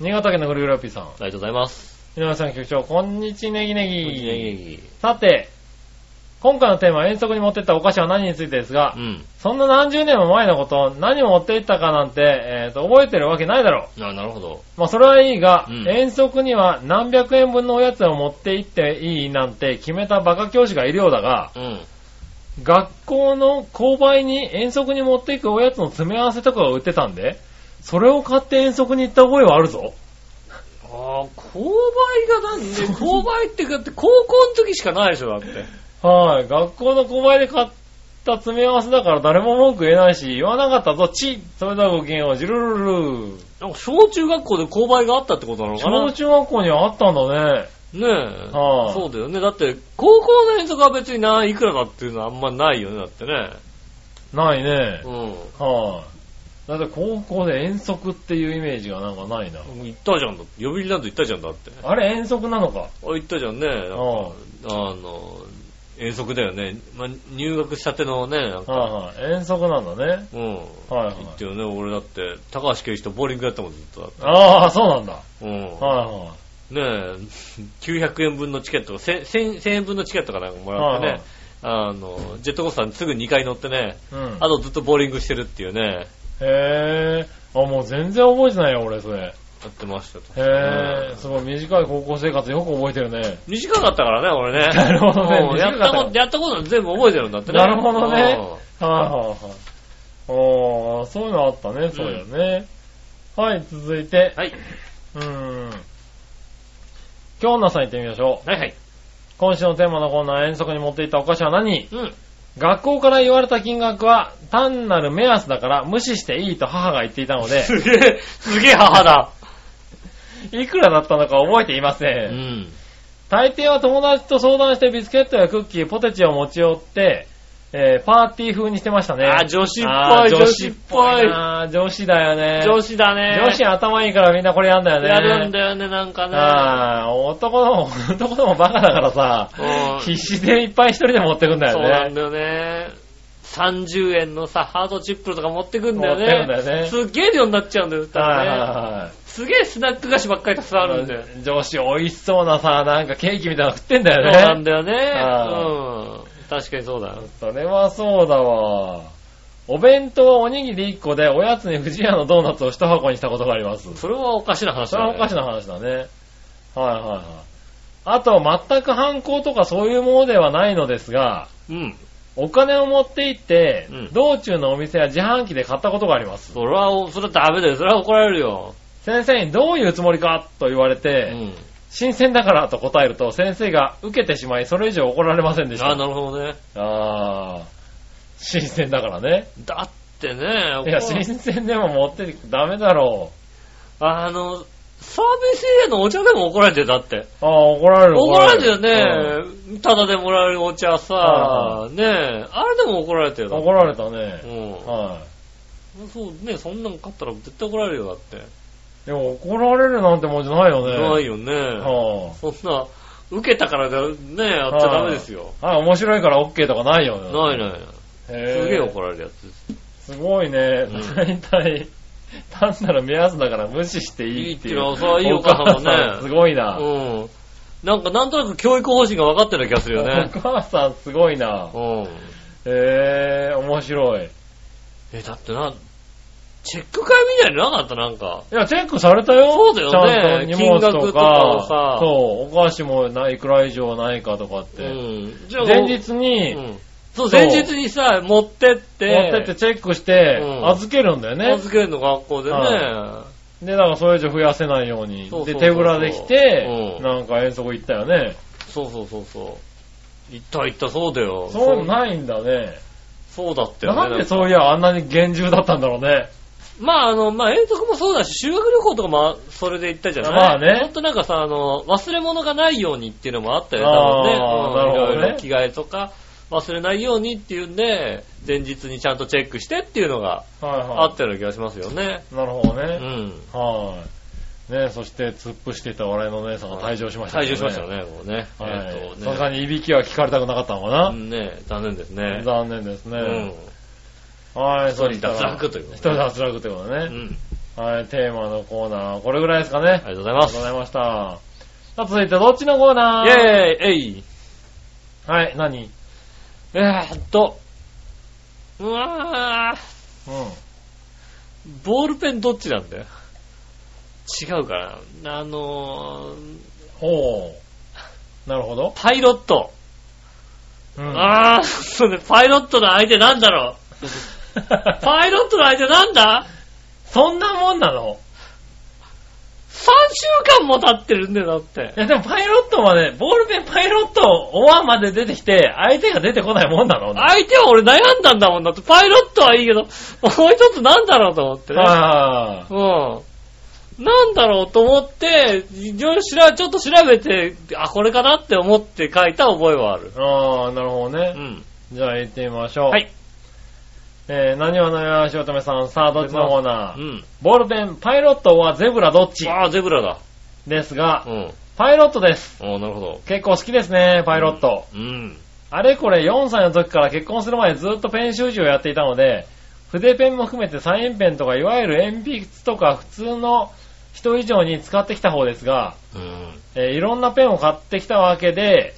S3: 新潟県のぐるぐるおっぴーさん。
S2: ありがとうございます。
S3: 井上さん局長、こんにちネギネギ。
S2: い
S3: さて、今回のテーマは遠足に持ってったお菓子は何についてですが、
S2: うん。
S3: そんな何十年も前のこと、何を持って行ったかなんて、えーと、覚えてるわけないだろ
S2: あなるほど。
S3: う。まあ、それはいいが、
S2: うん
S3: 遠足には何百円分のおやつを持って行っていいなんて決めたバカ教師がいるようだが、
S2: うん。
S3: 学校の購買に遠足に持っていくおやつの詰め合わせとかが売ってたんで、それを買って遠足に行った覚えはあるぞ。
S2: ああ、勾配が何で、勾配ってかって高校の時しかないでしょ、だって。
S3: はい、学校の購買で買った詰め合わせだから誰も文句言えないし、言わなかったぞ、チッそれではごきげんよう、ジルルルル。
S2: なんか小中学校で勾配があったってことなのかな
S3: 小中学校にはあったんだね。
S2: ねえ。
S3: はい
S2: そうだよね。だって、高校の遠足は別に何いくらだっていうのはあんまないよね、だってね。
S3: ないね。
S2: う
S3: はい、だって高校で遠足っていうイメージがなんかないな。
S2: ん。行ったじゃんだって。呼び入りなんて行ったじゃんだって。あ、
S3: あれ遠足なのか。
S2: 行ったじゃんね。なんか
S3: うん
S2: あの、遠足だよね。まあ、入学したてのね、なんか
S3: はいはい。遠足なんだね。
S2: うん。
S3: はいはい
S2: 言ってよね、俺だって、高橋圭一とボーリングやったもん、ずっとだって。
S3: ああ、そうなんだ。
S2: うん。
S3: は
S2: ねえ、900円分のチケットが、1000 1000円分のチケットかなんかも
S3: い
S2: ら
S3: はい。
S2: って
S3: は
S2: ね、
S3: いはい。
S2: あの、ジェットコースターにすぐ2回乗ってね、
S3: うん。
S2: あとずっとボーリングしてるっていうね、
S3: へえ。あ、もう全然覚えてないよ、俺、それ。
S2: やってましたと。
S3: へ
S2: う
S3: え。
S2: ん
S3: すごい、短い高校生活よく覚えてるね。
S2: 短かったからね、俺ね。
S3: なるほどね
S2: うんやっ
S3: 短かったた
S2: こと、やったこと全部覚えてるんだってね。
S3: なるほどね
S2: うん。
S3: はいはいはい。おー、そういうのあったね、そうだよね。はい、続いて。
S2: はい。
S3: うーん。今日のさん行ってみましょう。
S2: はいはい。
S3: 今週のテーマのコーナー、遠足に持っていったお菓子は何
S2: うん。
S3: 学校から言われた金額は単なる目安だから無視していいと母が言っていたの で、
S2: すげえ、すげえ母だ。
S3: いくらだったのか覚えていませ。
S2: うんん。
S3: 大抵は友達と相談してビスケットやクッキー、ポテチを持ち寄って、えーパーティー風にしてましたね。
S2: あー、女子っ
S3: あ
S2: ぽ
S3: ー
S2: い、女子っぽい。
S3: なー女子だよね。
S2: 女子だね。
S3: 女子頭いいからみんなこれやんだよね。
S2: やるんだよね、なんかね。
S3: ああ、男ども、 男どもバカだからさ、
S2: うん
S3: 必死でいっぱい一人で持ってくんだ
S2: そうな
S3: よ
S2: ん
S3: ね。
S2: だよね。30円のさ、ハートチップルとか持ってくんだよね。
S3: 持ってくんだよね
S2: すっげえ量になっちゃうんだよ、歌
S3: はいはい
S2: ね。
S3: は
S2: すげえスナック菓子ばっかりたくさんあるんだよ。
S3: い。女子美味しそうなさ、なんかケーキみたいなの食ってんだ
S2: そうな
S3: よ
S2: ん
S3: ね。
S2: だよね
S3: あ。
S2: うん。確かにそうだ。
S3: それはそうだわ。お弁当はおにぎり1個で、おやつに不二家のドーナツを一箱にしたことがあります。
S2: それはおかしな話
S3: そ
S2: だ
S3: れ
S2: ね。
S3: はおかしな話だね。はいはいはい。あと、全く犯行とかそういうものではないのですが、
S2: うん。
S3: お金を持って行って、
S2: うん
S3: 道中のお店や自販機で買ったことがあります。
S2: それは、それはダメだよ。それは怒られるよ。
S3: 先生にどういうつもりかと言われ
S2: う
S3: て、
S2: ん。
S3: 新鮮だからと答えると先生が受けてしまい、それ以上怒られませんでした。
S2: あ、なるほどね。
S3: あー新鮮だからね。
S2: だってね、
S3: いや、
S2: こう
S3: 新鮮でも持ってダメだろ
S2: あの、サービスエリアのお茶でも怒られてる、だって。
S3: う。ああ、怒られる
S2: 怒られてるよね。ただでもらえるお茶さ
S3: は、
S2: ねえ、あれでも怒られてる
S3: うん
S2: だって
S3: 怒られたね。
S2: う
S3: は
S2: ん。そうね、そんなの買ったら絶対怒られるよ、だって。
S3: い。でも怒られるなんてもんじゃないよね。
S2: ないよ
S3: よ。
S2: ね。
S3: は
S2: そんな、受けたからだね、やっちゃダメですよ。
S3: あ、あ面白いから OK とかないよね。
S2: ないないない。
S3: へー
S2: すげえ怒られるやつです。
S3: すごいね
S2: うん。
S3: 大体、単なる目安だから無視していいっていう。
S2: いいっていうのはそういいお母さんもね
S3: お母さんすごいな。
S2: うん。なんかなんとなく教育方針が分かってる気がするよね
S3: お。母さんすごいな。
S2: うん。
S3: へえー、面白い。い
S2: え、だってな、チェック会みたいなのなかったなんか。
S3: や、チェックされたよ。
S2: そうだよね
S3: ちゃんと荷
S2: 金
S3: 物
S2: 額
S3: と
S2: とかをさ
S3: か、そう、お菓子もないいくら以上ないかとかっ
S2: う
S3: て。
S2: ん。じ
S3: 前日
S2: う
S3: に、
S2: ん。そう、
S3: そう
S2: 前日にさ、持ってって。
S3: 持ってってチェックして、
S2: うん
S3: 預けるんだよね。
S2: 預けるの学校でね。
S3: で、だからそれ以上増やせないように。
S2: そうそう
S3: で、
S2: そう
S3: 手ぶらできて、
S2: うん
S3: なんか遠足行ったよね。
S2: そうそうそうそう。行った行った、そうだよ。
S3: そういうの
S2: い
S3: ないんだね。
S2: そうだったよね。
S3: なんでそういやあんなに厳重だったんだろうね。
S2: まあ、あの、まあ、遠足もそうだし、修学旅行とかも、それで行ったじゃない
S3: まあね
S2: ほんとなんかさ、あの、忘れ物がないようにっていうのもあったよね、
S3: あー
S2: 多分ね。うん
S3: なるほどね
S2: いろいろ着替えとか、忘れないようにっていうんで、前日にちゃんとチェックしてっていうのが
S3: はいはい。
S2: あったような気がしますよね。
S3: なるほど
S2: う
S3: ね。
S2: ん。
S3: はい。ねそして、突っ伏していた笑いのお姉さんが退場しました、
S2: 退場しましたよ。ね、もうね。
S3: はい。
S2: えっと
S3: さすが
S2: ね。
S3: にいびきは聞かれたくなかったのかな、
S2: うんね、残念ですね。
S3: 残念ですね。
S2: うん。
S3: はい、
S2: 一
S3: そ
S2: 人
S3: したら
S2: 脱落というこ
S3: 一
S2: と
S3: 人
S2: で。
S3: 脱落ということ
S2: う
S3: でね、
S2: ん。
S3: はい、テーマのコーナーはこれぐらいですかね。
S2: ありがとうござい
S3: ありが
S2: ま
S3: とう
S2: す。
S3: ございました。さあ、続いてどっちのコーナー
S2: イェーイえい
S3: はい、何
S2: えーっと、うわー、
S3: う
S2: ボールペンどっちなんだよ。違うかな。あのー、
S3: ん。ほう。なるほど。
S2: パイロット。
S3: う ん。
S2: あー、そうね、パイロットの相手なんだろう。パイロットの相手なんだ
S3: そんなもんなの
S2: ?3 週間も経ってるんだよ、だって
S3: い。や、でもパイロットまで、ボールペンパイロット、オアまで出てきて、相手が出てこないもんなの
S2: 相手は俺悩んだんだもんだって、パイロットはいいけど、もう一つなんだろうと思ってね。
S3: あ
S2: うん。なんだろうと思って、いろいろしらちょっと調べて、あ、これかなって思って書いた覚えはある。
S3: あ。ああ、なるほど
S2: う
S3: ね。
S2: ん。
S3: じゃあ行ってみましょう。
S2: はい。
S3: えー、何はのよしおとめさん、さあどっちのコーナ
S2: う
S3: ー
S2: ん。
S3: ボールペン、パイロットはゼブラどっち
S2: ああ、ゼブラだ。
S3: ですが
S2: う、ん。
S3: パイロットです。
S2: ああ、なるほど。
S3: 結構好きですね、パイロット。
S2: うん。
S3: あれこれ4歳の時から結婚する前ずっとペン習字をやっていたので、筆ペンも含めて三円ペンとかいわゆる鉛筆とか普通の人以上に使ってきた方ですが、
S2: うん。
S3: えーいろんなペンを買ってきたわけで、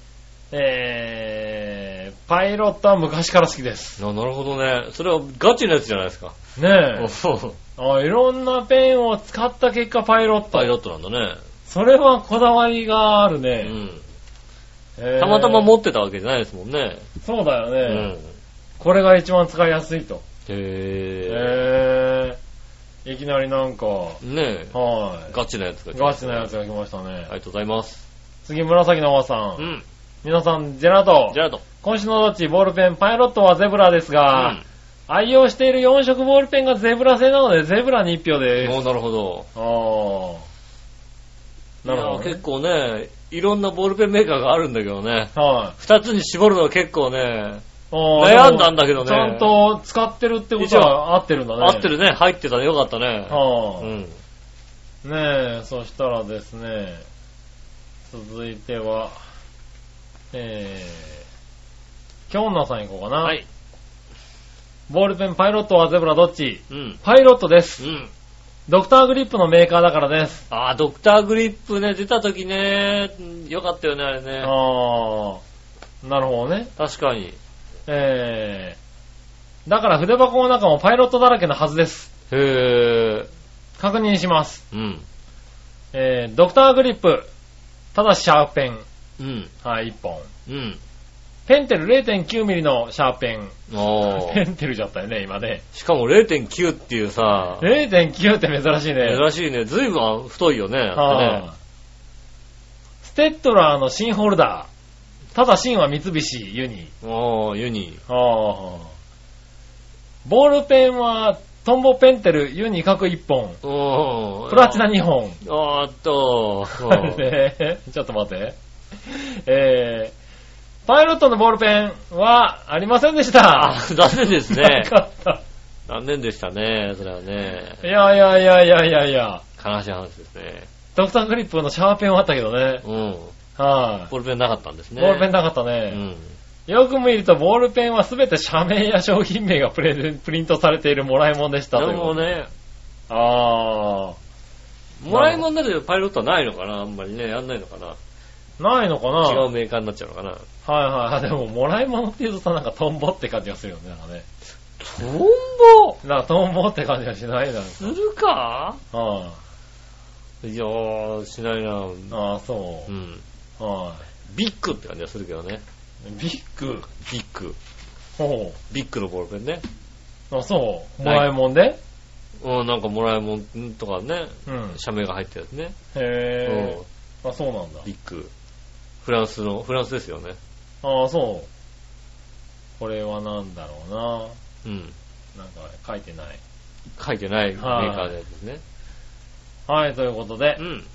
S3: えー、パイロットは昔から好きです。
S2: ななるほどね。それはガチのやつじゃないですか。
S3: ねえ。
S2: そう。
S3: あいろんなペンを使った結果パイロット
S2: パイ。ロットなんだね。
S3: それはこだわりがある
S2: う
S3: ね。
S2: ん。
S3: えー
S2: たまたま持ってたわけじゃないですもんね。
S3: そうだよね
S2: う、ん。
S3: これが一番使いやすいと。
S2: へ
S3: へえー、いきなりなんか、
S2: え。ねえ。
S3: は
S2: ガチなやつが
S3: い。
S2: 来た
S3: ガチなやつが来ましたね
S2: あ。りがとうございます。
S3: 次、紫のおばさ。
S2: うんん。
S3: 皆さん、ジェラート
S2: ジ。ェラート。
S3: 今週のどっち、ボールペン、パイロットはゼブラですが、
S2: うん
S3: 愛用している4色ボールペンがゼブラ製なので、ゼブラに1票です。
S2: おーなるほど。
S3: あー。なる
S2: いや
S3: ほどね、
S2: 結構ね、いろんなボールペンメーカーがあるんだけどね。
S3: はい。
S2: 二つに絞るのは結構ね、
S3: あー
S2: 悩んだんだけどね
S3: ちゃんと使ってるってことは合ってるんだね。
S2: 合ってるね。入ってたね。よかったね。
S3: は
S2: う
S3: あ、
S2: ん。
S3: ねえ、そしたらですね、続いては、えー、京奈さん行こうかな。
S2: はい。
S3: ボールペンパイロットはゼブラどっち
S2: うん。
S3: パイロットです。
S2: うん。
S3: ドクターグリップのメーカーだからです。
S2: あードクターグリップね、出た時ね、よかったよね、あれね。
S3: あー、なるほどね。
S2: 確かに。
S3: えー、だから筆箱の中もパイロットだらけのはずです。
S2: へえ。
S3: 確認します。
S2: うん。
S3: えー、ドクターグリップ。ただシャーペン。
S2: うん。
S3: はい、1本。
S2: うん。
S3: ペンテル0.9ミリのシャーペン。
S2: あ
S3: ペ
S2: あ。
S3: ンテルじゃったよね、今ね。
S2: しかも0.9っていうさ、
S3: 0.9って珍しいね。
S2: 珍しいね。随分太いよね。
S3: はい
S2: ね
S3: ステッドラーの新ホルダー。ただ新は三菱ユニ。
S2: ああ、ユニ。
S3: ボールペンはトンボペンテルユニ各1本。
S2: おー
S3: プラチナ2本。
S2: あーっと、そう
S3: ねちょっと待って。えー、パイロットのボールペンはありませんでし
S2: あー
S3: た。
S2: 残念ですね
S3: な。かった。
S2: 残念でしたね。それはね。
S3: いやいやいやいやいやいや。
S2: 悲しい話ですね。
S3: ドクターグリップのシャーペンはあったけどね。
S2: うん。
S3: はい、
S2: ボールペンなかったんですね。
S3: ボールペン
S2: な
S3: なかった
S2: う
S3: ね、
S2: ん。
S3: よく見ると、ボールペンはすべて社名や商品名がプレゼンプリントされているもらい物でした
S2: な
S3: とい
S2: る
S3: う
S2: ほど。ね。
S3: あ
S2: もらい物になるけどパイロットはないのかなあんまりね、やんないのかな
S3: ー。ないのかな
S2: 違うメーカーになっちゃうのかな
S3: はいはい。でも、もらい物って言うとさ、なんかトンボって感じがするよね。なんかね。
S2: トンボ
S3: なんかトンボって感じがしないな。
S2: するか
S3: あ
S2: いやー、しないな
S3: ーあー、そうう。
S2: ん。
S3: は
S2: ビッグって感じがするけどね。
S3: い。ビッグ。
S2: ビッグ。
S3: ほ
S2: ビッグのボールペンね。
S3: う。あ、そう。もらい物で、
S2: うん、なんかもらい物とかね、
S3: うん。
S2: 社名が入ったやつね。
S3: へ
S2: う
S3: ぇー。あ、そうなんだ
S2: ん、。ビッグ。フランスの、フランスですよね。
S3: ああ、そう。これはなんだろ
S2: う
S3: うな。
S2: ん。
S3: なんか書いてない。
S2: 書いてないメーカーのやつですね。
S3: はい、ということで
S2: う、ん。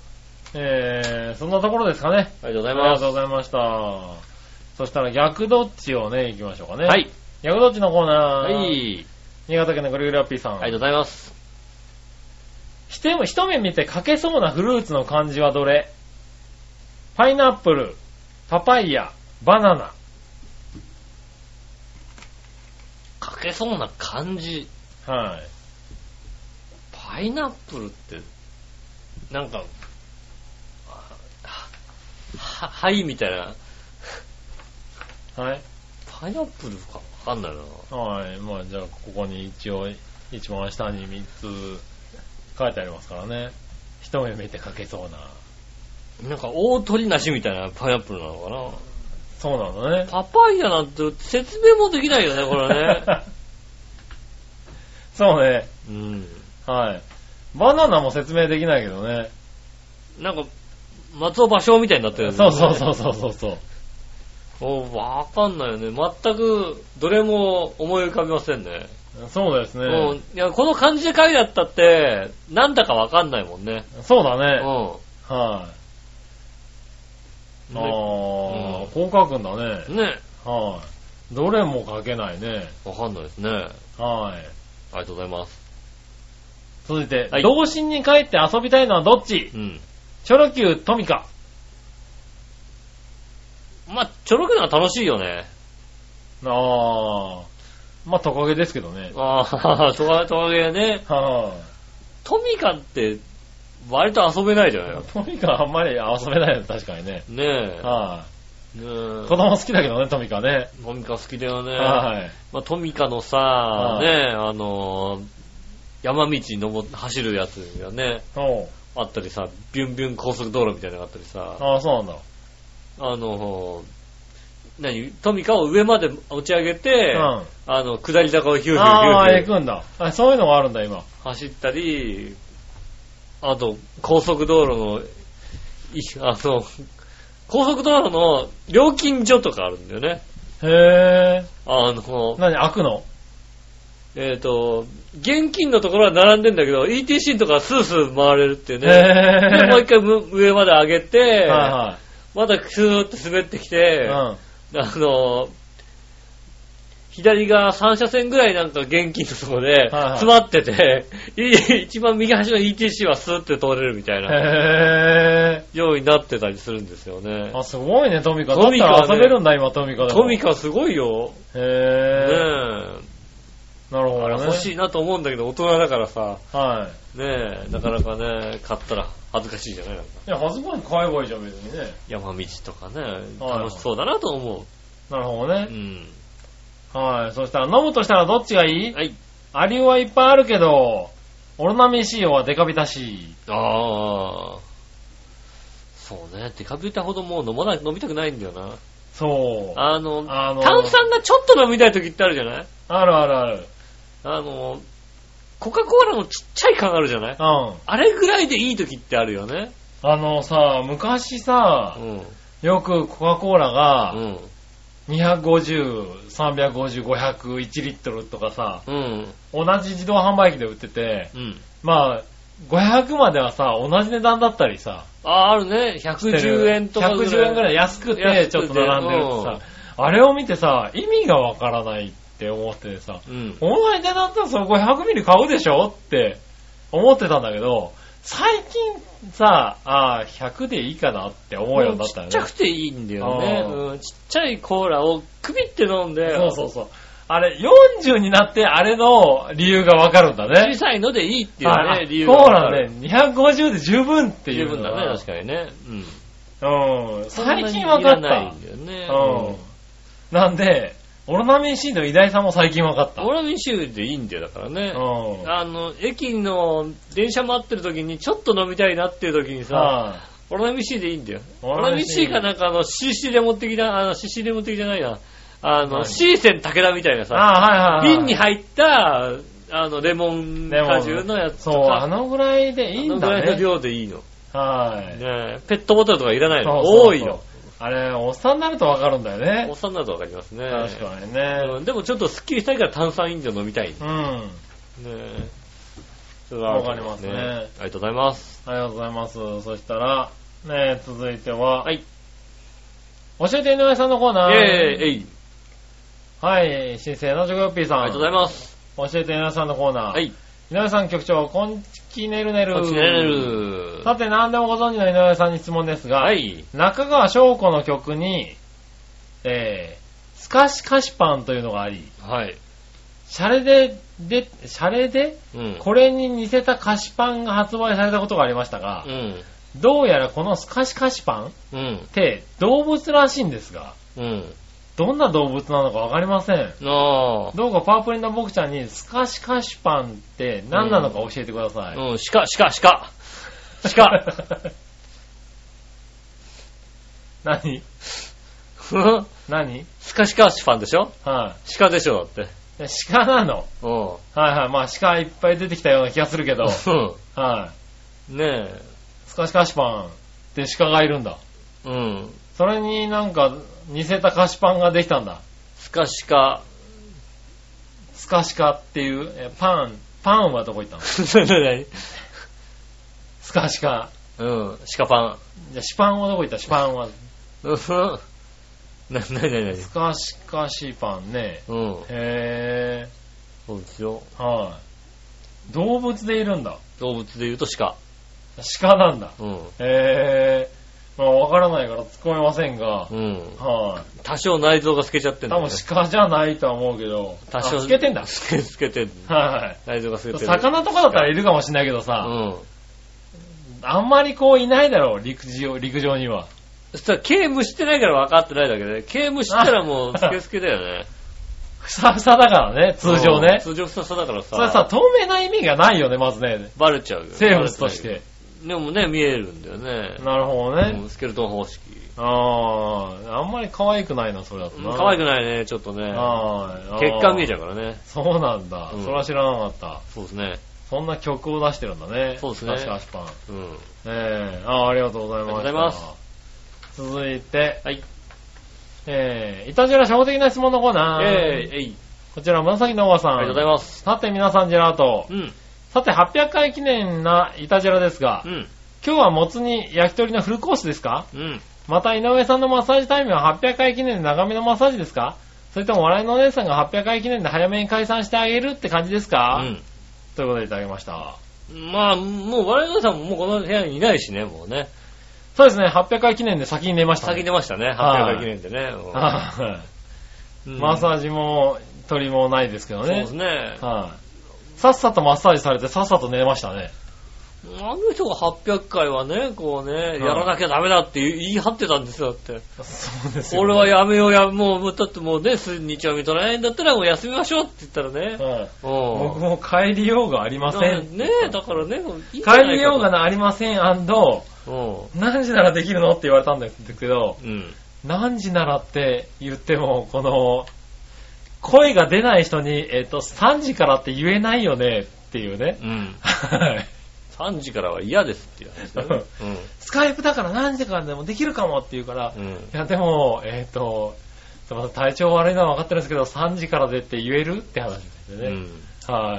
S3: えー、そんなところですかね。
S2: ありがとうござ
S3: あ
S2: い
S3: りが
S2: ます
S3: とう。ございました。そしたら逆どっちをね、行きましょうかね。
S2: はい。。
S3: 逆どっちのコーナ
S2: は
S3: ー。
S2: い。
S3: 新潟県のぐるぐるアッピーさん。
S2: ありがとうございます。
S3: ひて一目見て書けそうなフルーツの漢字はどれパイナップル、パパイヤ、バナナ。
S2: 書けそうな感じ。
S3: はい。
S2: パイナップルって、なんか、あは、ははいみたいな。
S3: はい。
S2: パイナップルかわかんないな。
S3: はい。まあじゃあ、ここに一応、一番下に3つ書いてありますからね。一目見て書けそうな。
S2: なんか大鳥なしみたいなパイナップルなのかな。
S3: そうなのね。
S2: パパイヤなんて説明もできないよね、これ ね。
S3: そうね。
S2: うん。
S3: はい。バナナも説明できないけどね。
S2: なんか、松尾芭蕉みたいになってるよね
S3: そうそうそうそうそうそう。
S2: おわかんないよね。全く、どれも思い浮かびませんね。
S3: そうですね。
S2: うん。いや、この漢字で書いてあったって、なんだかわかんないもんね。
S3: そう
S2: う
S3: だ
S2: ん。
S3: ね。はい。あ
S2: ね
S3: あ、
S2: うん
S3: こう書くんだね。
S2: ね。
S3: はい。どれも書けないね。
S2: わかんないですね。
S3: は
S2: あ
S3: い。
S2: りがとうございます。
S3: 続いて、
S2: はい
S3: 童心に帰って遊びたいのはどっち
S2: うん。
S3: チョロ Q トミカ。
S2: まあ、ちょろくのは楽しいよね。
S3: ああ。まあ、トカゲですけどね。
S2: ああ、 トカゲ、トカゲね。
S3: は
S2: トミカって、割と遊べないじゃない
S3: あ
S2: の。
S3: トミカあんまり遊べないよ、確かにね。
S2: ねえ。
S3: は
S2: ね
S3: い。
S2: え
S3: 子供好きだけどね、トミカね。
S2: トミカ好きだよね。
S3: はい。
S2: まあ、トミカのさ、
S3: はい
S2: ねえ、あのー山道に登って走るやつがね、
S3: おう
S2: あったりさ、ビュンビュン高速道路みたいなのがあったりさ、
S3: ああ、そうなんだ。
S2: あのー何トミカを上まで落ち上げて、
S3: うん。
S2: あの、下り坂をヒューヒューヒューヒュー
S3: ああ、行くんだ。あそういうのがあるんだ、今。
S2: 走ったり、あと、高速道路の、いあの、高速道路の料金所とかあるんだよね。
S3: へえ。
S2: あの、
S3: 何、開くの
S2: えっ、と、現金のところは並んでんだけど、ETC とかスースー回れるっていう
S3: へ
S2: ね。で
S3: え。
S2: もう一回む上まで上げて、
S3: は
S2: またスーって滑ってき
S3: い
S2: て、あ
S3: はい。
S2: の、左が3車線ぐらいなんか現金のとこで
S3: いはい
S2: 詰まってて、い一番右端の ETC はスーって通れるみたいな。
S3: うん。へえ。
S2: ようになってたりするんですよね。
S3: あ、すごいね、トミカ。
S2: トミカ
S3: だ
S2: はね
S3: ったら遊べるんだ、今、トミカでも。
S2: トミカすごいよ。
S3: へ
S2: ねえ。
S3: え。なるほ
S2: あ
S3: ど
S2: れ
S3: ね。
S2: 欲しいなと思うんだけど、大人だからさ、
S3: はい。
S2: ねえ、なかなかね、買ったら恥ずかしいじゃないなんか
S3: いや、恥ずかしい買えばいいじゃん、別にね。
S2: 山道とかね、
S3: はい
S2: 楽しそうだなと思
S3: なる
S2: う。
S3: ほど
S2: う
S3: ね。
S2: ん。
S3: はい。そしたら、飲むとしたらどっちがいい
S2: はい。
S3: アリはいっぱいあるけど、オロナミン C はデカビタ C。
S2: ああ。そうね、デカビタほどもう飲まない、飲みたくないんだよな。
S3: そう。
S2: あの、
S3: あのー
S2: 炭酸がちょっと飲みたい時ってあるじゃない
S3: あるあるある。
S2: あの、コカ・コーラのちっちゃい缶あるじゃない
S3: うん。
S2: あれぐらいでいい時ってあるよね。
S3: あのさ、昔
S2: う
S3: さ、
S2: ん。
S3: よくコカ・コーラ
S2: う
S3: が、
S2: ん。
S3: 250、350、500、1リットルとかさ、
S2: うん。
S3: 同じ自動販売機で売ってて、
S2: うん。
S3: まあ、500まではさ、同じ値段だったりさ、
S2: あ、あるね。110円とかぐらい。
S3: 110円ぐらい安く
S2: 安く
S3: て
S2: て、
S3: ちょっと並んでるってさ、あれを見てさ、意味がわからないって思ってさ、
S2: うん。
S3: 同じ値段だったらその500ミリ買うでしょって思ってたんだけど、最近さ、ああ、100でいいかなって思うようになったよ
S2: ちっ
S3: ね。
S2: ちゃくていいんだよね。
S3: あー
S2: うん。ちっちゃいコーラをくびって飲んで、
S3: そうそうそう。あれ、40になってあれの理由がわかるんだ
S2: 小
S3: ね。
S2: さいのでいいっていう
S3: あ
S2: ね、理由が
S3: コー
S2: わか
S3: ラ
S2: る。
S3: ね、250で十分ってい
S2: 十
S3: う
S2: 分
S3: の
S2: だ
S3: が。
S2: ね、確かにね。うん。
S3: うん。最近わか
S2: そん
S3: っ
S2: なにいらない
S3: た
S2: ん。だよね。
S3: うん。なんで、オロナミン C の偉大さも最近わかった。
S2: オラミンシューでいいんだよ、だからね。
S3: うん。
S2: あの、駅の電車待ってる時にちょっと飲みたいなっていう時にさ、
S3: あ
S2: オラミンシーでいいんだよ。オ
S3: オ
S2: ラ
S3: ラ
S2: ミ
S3: ミ
S2: ン
S3: ン
S2: シ
S3: C
S2: ーかなんかあの、CC レモン的な、あの、CC レモン的じゃないな。あの、
S3: 何
S2: C 線武田みたいな
S3: あ
S2: さ、
S3: ああ、はいはいはい。
S2: 瓶に入った、あの、レモン果汁のやつと
S3: そう、あ
S2: か、
S3: のぐらいでいいん
S2: あ
S3: だ
S2: のぐらいの
S3: ね。
S2: 量でいいの。
S3: はい。
S2: ねえペットボトルとかいらないの。
S3: そうそうそう
S2: 多いの。。
S3: あれ、おっさんになるとわかるんだよ
S2: おっ
S3: ね。
S2: さんだとわかりますね。
S3: 確かにね。
S2: うんでもちょっとスッキリしたいから炭酸飲料飲みたい。ね
S3: うん。あ
S2: えそれはあると思い
S3: わかりますね
S2: ありがとうございます。
S3: りがとうございます。そしたら、ね、続いては、
S2: はい。
S3: 教えて井上さんのコー
S2: イェ
S3: ナ
S2: ー
S3: ー。
S2: イえい
S3: はい、新生のジョコヨッピーさん。
S2: ありがとうございます。
S3: 教えて井上さんのコーナー。
S2: はい。
S3: 井上さん局長、こんちきねるねる。
S2: こっちねる。
S3: さて、何でもご存知の井上さんに質問ですが、
S2: はい。
S3: 中川翔子の曲に、えー、スカシカシパンというのがあり、
S2: はい。
S3: シャレで、で、シャレで、
S2: うん。
S3: これに似せた菓子パンが発売されたことがありましたが
S2: う、ん。
S3: どうやらこのスカシ菓子パンっ
S2: うん。
S3: て動物らしいんですが、
S2: うん。
S3: どんな動物なのかわかりません。
S2: あ
S3: どうかパープリンの僕ちゃんにスカシ菓子パンって何なのか教えてくださ
S2: あ。
S3: い。
S2: うん。鹿、鹿、鹿。 鹿。
S3: 何
S2: ふ
S3: 何
S2: スカシカシファンでしょ
S3: は
S2: 鹿でしょだって。
S3: い。鹿なの
S2: う
S3: はいはい。まあ鹿いっぱい出てきたような気がする けど、
S2: ん。
S3: はい。
S2: ねえ。
S3: スカシ菓子パンって鹿がいるんだ。
S2: うん。
S3: それになんか似せた菓子パンができたんだ。
S2: スカシカ。
S3: スカシカっていう、えパン、パンはどこ行ったの
S2: 何
S3: スカシカ。
S2: うん。鹿パ
S3: じゃあ、シパンはどこ行ったシパンは。
S2: ン。うふん。 な、なになになに
S3: スカシカシパンね。
S2: うん。
S3: へ
S2: そうですよ。
S3: ぇー。はい。動物でいるんだ。
S2: 動物で言うと鹿。
S3: 鹿なんだ。
S2: うん。
S3: へぇー。まあ、わからないから突っ込めませんが、
S2: うん。
S3: は
S2: 多少内臓が透けちゃってんだ
S3: 多
S2: よね
S3: 分鹿じゃないとは思うけど。
S2: 多少
S3: あつけてんだ。
S2: 透け透けてんだ
S3: は
S2: 内臓が透
S3: い。
S2: けてる
S3: 魚とかだったらいるかもしれないけど
S2: う
S3: さ、
S2: ん
S3: あんまりこういないだろう、陸上、陸上には。
S2: そしたら刑務してないから分かってないだけで刑務したらもう
S3: あ
S2: 透け透けだよね
S3: ふさふさだからね、 通常
S2: うん
S3: ね。
S2: 通常ふさふさだからさ
S3: それさ、透明な意味がないよね、まずね。
S2: バレちゃうよ
S3: 生物とし
S2: バレ
S3: て。
S2: ないでもね見えるんだよね
S3: なるほどね
S2: う。んスケルトン方式
S3: ああ、あんまり可愛くないな、それだと
S2: うん
S3: な。
S2: 可愛
S3: く
S2: くないねちょっとね
S3: ない
S2: 血管見えち
S3: ゃう。
S2: ゃうからね
S3: そうなんだ。
S2: うん
S3: それは知らなかった。
S2: そうですね
S3: そんな曲を出してるんだね。
S2: そうですね
S3: 確かアシパン。
S2: うん
S3: ええああ、ありがとうございました。
S2: ありがとうござい
S3: す。続いて、
S2: はい
S3: えー、いたじら初歩的な質問のコーナー。
S2: えーえい
S3: こちら、紫のおばさん。
S2: ありがとうござい
S3: ま
S2: ます
S3: す。さて、皆さん、ジェラート
S2: う。ん
S3: さて、800回記念ないたじらですが、
S2: うん
S3: 今日はもつに焼き鳥のフルコースですか
S2: うん
S3: また、井上さんのマッサージタイムは800回記念で長めのマッサージですかそれとも、笑いのお姉さんが800回記念で早めに解散してあげるって感じですか、ということでいただきました。
S2: うんまあもう我々さんももうこの部屋にいないしねもうね
S3: そうですね、800回記念で先に寝ました、ね。
S2: 先出ましたね800
S3: はい
S2: 回記念でね
S3: は
S2: う
S3: い。
S2: ん
S3: マッサージも、鳥もないですけど
S2: そうで
S3: ね
S2: す。ね
S3: はい。さっさとマッサージされて、さっさと寝ましたね。
S2: あの人が800回はね、こうね、やらなきゃダメだって言い言い張ってたんですよ、だって。
S3: そうで
S2: 俺は
S3: や、
S2: やめようや、もうもう、だってもうね、す日曜日取らないんだったらもう休みましょうって言ったらね。
S3: はい僕
S2: う
S3: も帰りようがあり
S2: ん。
S3: ません。
S2: ねえ、だからね、いいんじゃない
S3: 帰
S2: かと
S3: りようが。ありません
S2: う
S3: 何時ならできるのって言われたんですけど、
S2: ん。うん。
S3: 何時ならって言っても、この、声が出ない人に、えっ、と、3時からって言えないよねっていうね。
S2: うん。
S3: はい。
S2: 3時からは嫌ですって言われてね。
S3: スカイプだから何時からでもできるかもって言うから、
S2: うん。うん。
S3: いや、でも、えっ、と、すいません体調悪いのは分かってるんですけど、3時からでって言えるって話ですよ
S2: う
S3: ね。
S2: ん。
S3: は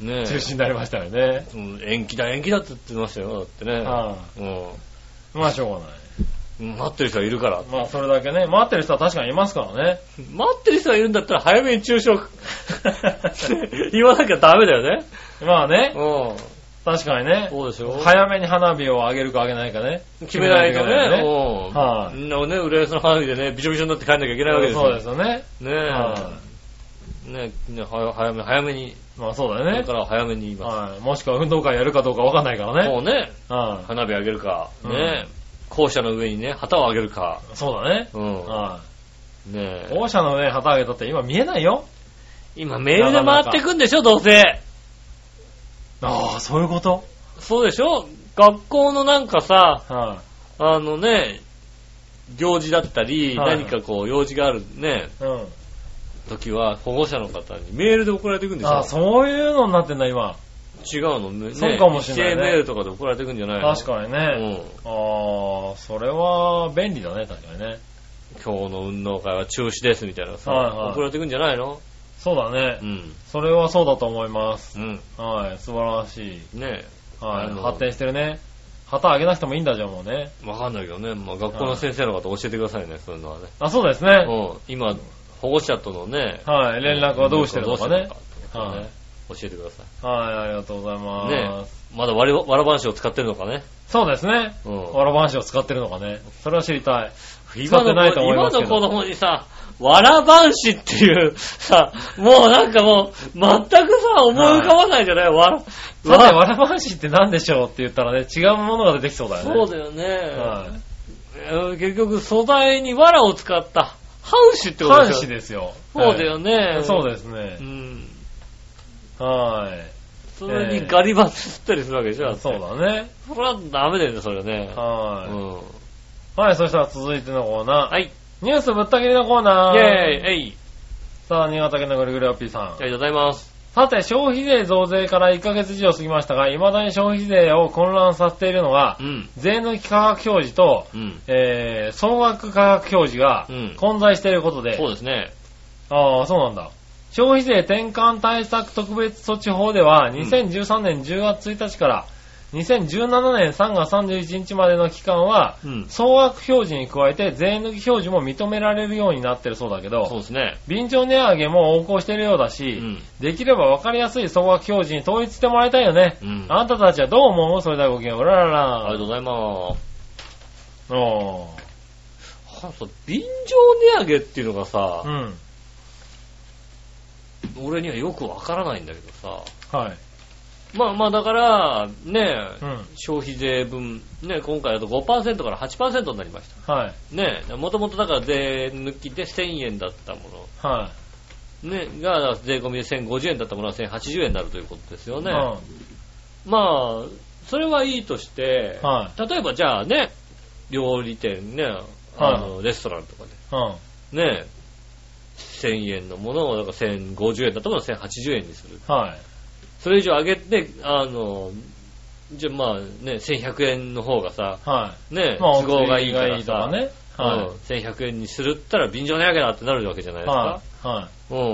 S2: ね
S3: い。
S2: え
S3: 中止になりましたよね。
S2: うん延期だ、延期だって言ってましたよ、だってね。
S3: は
S2: う
S3: まあ、しょうがない。
S2: ん。待ってる人はいるから。
S3: まあ、それだけね、待ってる人は確かにいますからね。
S2: 待ってる人がいるんだったら早めに中傷 言わなきゃダメだよね。
S3: まあね、
S2: うん。
S3: 確かにね、
S2: そうでしょ
S3: 早めに花火を上げるか上げないかね。
S2: 決めないと
S3: 決めないといけない
S2: ね。
S3: よね
S2: うん。
S3: は
S2: みんなをね、浦安の花火でね、びしょびしょになって帰んなきゃいけないわけですよ。
S3: そうですよね。
S2: ね
S3: は
S2: え。ねえ、ねは早め、早めに、
S3: まあ、そうだ
S2: こ
S3: よ
S2: れ
S3: ね
S2: か。らは早めに言いま
S3: はい。もしくは運動会やるかどうか分かんないから
S2: す。も
S3: ね。
S2: うね、
S3: は
S2: 花火あげるか、
S3: うん
S2: ねえ、校舎の上にね、旗をあげるか、
S3: い。そうだね。
S2: うん。
S3: は
S2: ね
S3: い。
S2: え。
S3: 校舎のね、旗揚げたって今見えないよ。
S2: 今メールで回ってくんでしょ、どうせ。
S3: ああ、そういうこと。
S2: そうでしょ学校のなんかさ、
S3: は
S2: あのね、行事だったり、
S3: はい
S2: 何かこう、用事があるね、
S3: い。うん。
S2: 時は、保護者の方にメールで送られてくんでしょ
S3: あ、そういうのになってんだ、今。
S2: 違うのね。
S3: そうかもしれない
S2: 一斉
S3: ね
S2: メールとかで送られてくんじゃないの
S3: 確かにね。
S2: うん。
S3: ああ、それは便利だね、確かにね。
S2: 今日の運動会は中止ですみたいなさ、
S3: はいはい
S2: 送られてくんじゃないの
S3: そうだね
S2: う。ん。
S3: それはそうだと思います。
S2: うん。
S3: はい、素晴らしい。
S2: ね
S3: は
S2: あ
S3: い、
S2: の
S3: 発展してるね。旗上げなくてもいいんだ、じゃあもうね。
S2: え、わかんないけどね、まあ学校の先生の方教えてくださいね、そういうのはね。
S3: あ、そうですね。
S2: うん。今、保護者とのね、
S3: はい、連絡はどうしてるのか
S2: どう。
S3: ね
S2: してるのかね
S3: はい
S2: 教えてください。
S3: はい、ありがとうございま
S2: ね
S3: す。
S2: まだわらわらばんしを使ってるのかね。
S3: そうですね。
S2: うん
S3: わらばんしを使ってるのかね。それは知りたい。使
S2: 今
S3: って
S2: の
S3: ないと思いま
S2: 今
S3: すけ
S2: の
S3: ど
S2: 子供にさ、わらばんしっていう、さ、もうなんかもう、全くさ、思い浮かばないじゃない、わら、
S3: さて、わらばんしって何でしょうって言ったらね、違うものが出てきそうだよね。
S2: そうだよね。
S3: は
S2: うん結局、素材に藁を使った、半紙って
S3: い。
S2: こと
S3: 半
S2: ですよ
S3: 紙
S2: そ
S3: ですよ。
S2: うだよね
S3: は。いそう
S2: だ
S3: ですね
S2: う。ん。
S3: はい。
S2: それにガリバスったりするわけでしょ、だって
S3: そう。だね。
S2: それはダメだよね、それね。う
S3: は
S2: ん。
S3: い。はい、そしたら続いてのコーナー。
S2: はい。イ
S3: ニュースぶった切りのコーナ
S2: ェー
S3: ー。
S2: イ、えい。
S3: さあ、新潟県のぐるぐるおっぴーさん
S2: あ。りがとうございます。
S3: さて、消費税増税から1ヶ月以上過ぎましたが、未だに消費税を混乱させているのが
S2: う、ん。
S3: 税抜き価格表示と、
S2: うん。
S3: えー、総額価格表示が
S2: うん
S3: 混在していることで、
S2: そうですね。
S3: ああ、そうなんだ。消費税転換対策特別措置法では、
S2: ん
S3: 2013年10月1日から、2017年3月31日までの期間は、
S2: うん。
S3: 総額表示に加えて税抜き表示も認められるようになってるそうだけ
S2: そう
S3: ど、
S2: ですね。
S3: 便乗値上げも横行しているようだし、
S2: うん
S3: できれば分かりやすい総額表示に統一してもらいたいよね。
S2: うん。あ
S3: あんたたちはどう思うそれではごきげんよう。うらら
S2: りが
S3: ら。
S2: とうございます。
S3: おー
S2: かさ、便乗値上げっていうのが
S3: う
S2: さ、
S3: ん。
S2: 俺にはよくわからないんだけどさ、
S3: はい。
S2: まあまあだから、ね、
S3: うん。
S2: 消費税分、ね、今回だと5%から8%になりました。
S3: はい。
S2: ね、もともとだから税抜きで1000円だったもの、
S3: は
S2: ね、が税込みで1050円だったものは1080円になるということですよ
S3: い。
S2: ね。
S3: う
S2: まあ、それはいいとして、
S3: ん。はい。
S2: 例えばじゃあね、料理店ね、あの、レストランとか
S3: うん。
S2: で、ね、1000円のものを、だから1050円だったものを1080円にする。
S3: はい。
S2: それ以上上げて、あの、じゃあまあね、1100円の方がさ、
S3: は
S2: ね、
S3: い。まあ、
S2: 都合がいいから
S3: とか
S2: さ、
S3: ね。
S2: うん
S3: は
S2: 1100円にするったら便乗値上げだってなるわけじゃない
S3: い。
S2: ですか。
S3: はい。は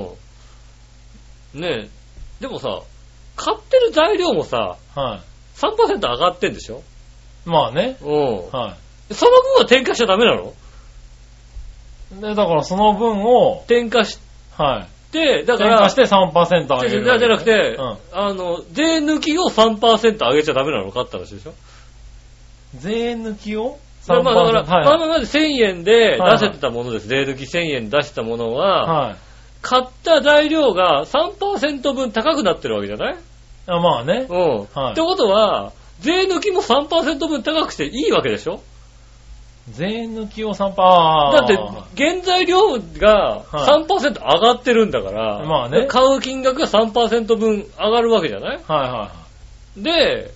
S2: うん。ねでもさ、買ってる材料もさ、
S3: い。は
S2: 3%上がってんでしょ
S3: い。まあね。
S2: うん。
S3: は
S2: その分は転嫁しちゃダメなの
S3: い。で、だからその分を、
S2: 転嫁し
S3: はい。
S2: て、だか
S3: 転
S2: ら、
S3: 嫁して3%上げるわけ
S2: じゃなくて、
S3: うん
S2: あの、税抜きを3%上げちゃダメなのかって話でしょ
S3: 税抜きを
S2: だからまあだから、
S3: はい。
S2: まあまあまず1000円で
S3: はいはい
S2: 出せてたものです。税抜き1000円出したものは、
S3: はい。
S2: 買った材料が3%分高くなってるわけじゃない
S3: あまあね
S2: う。ん。
S3: はい
S2: ってことは、税抜きも3%分高くしていいわけでしょ
S3: 税抜きを3%、あ
S2: だ
S3: あ。
S2: って、原材料が
S3: はい
S2: 3%上がってるんだから、
S3: まあね
S2: 買う金額が3%分上がるわけじゃない
S3: はいは
S2: で、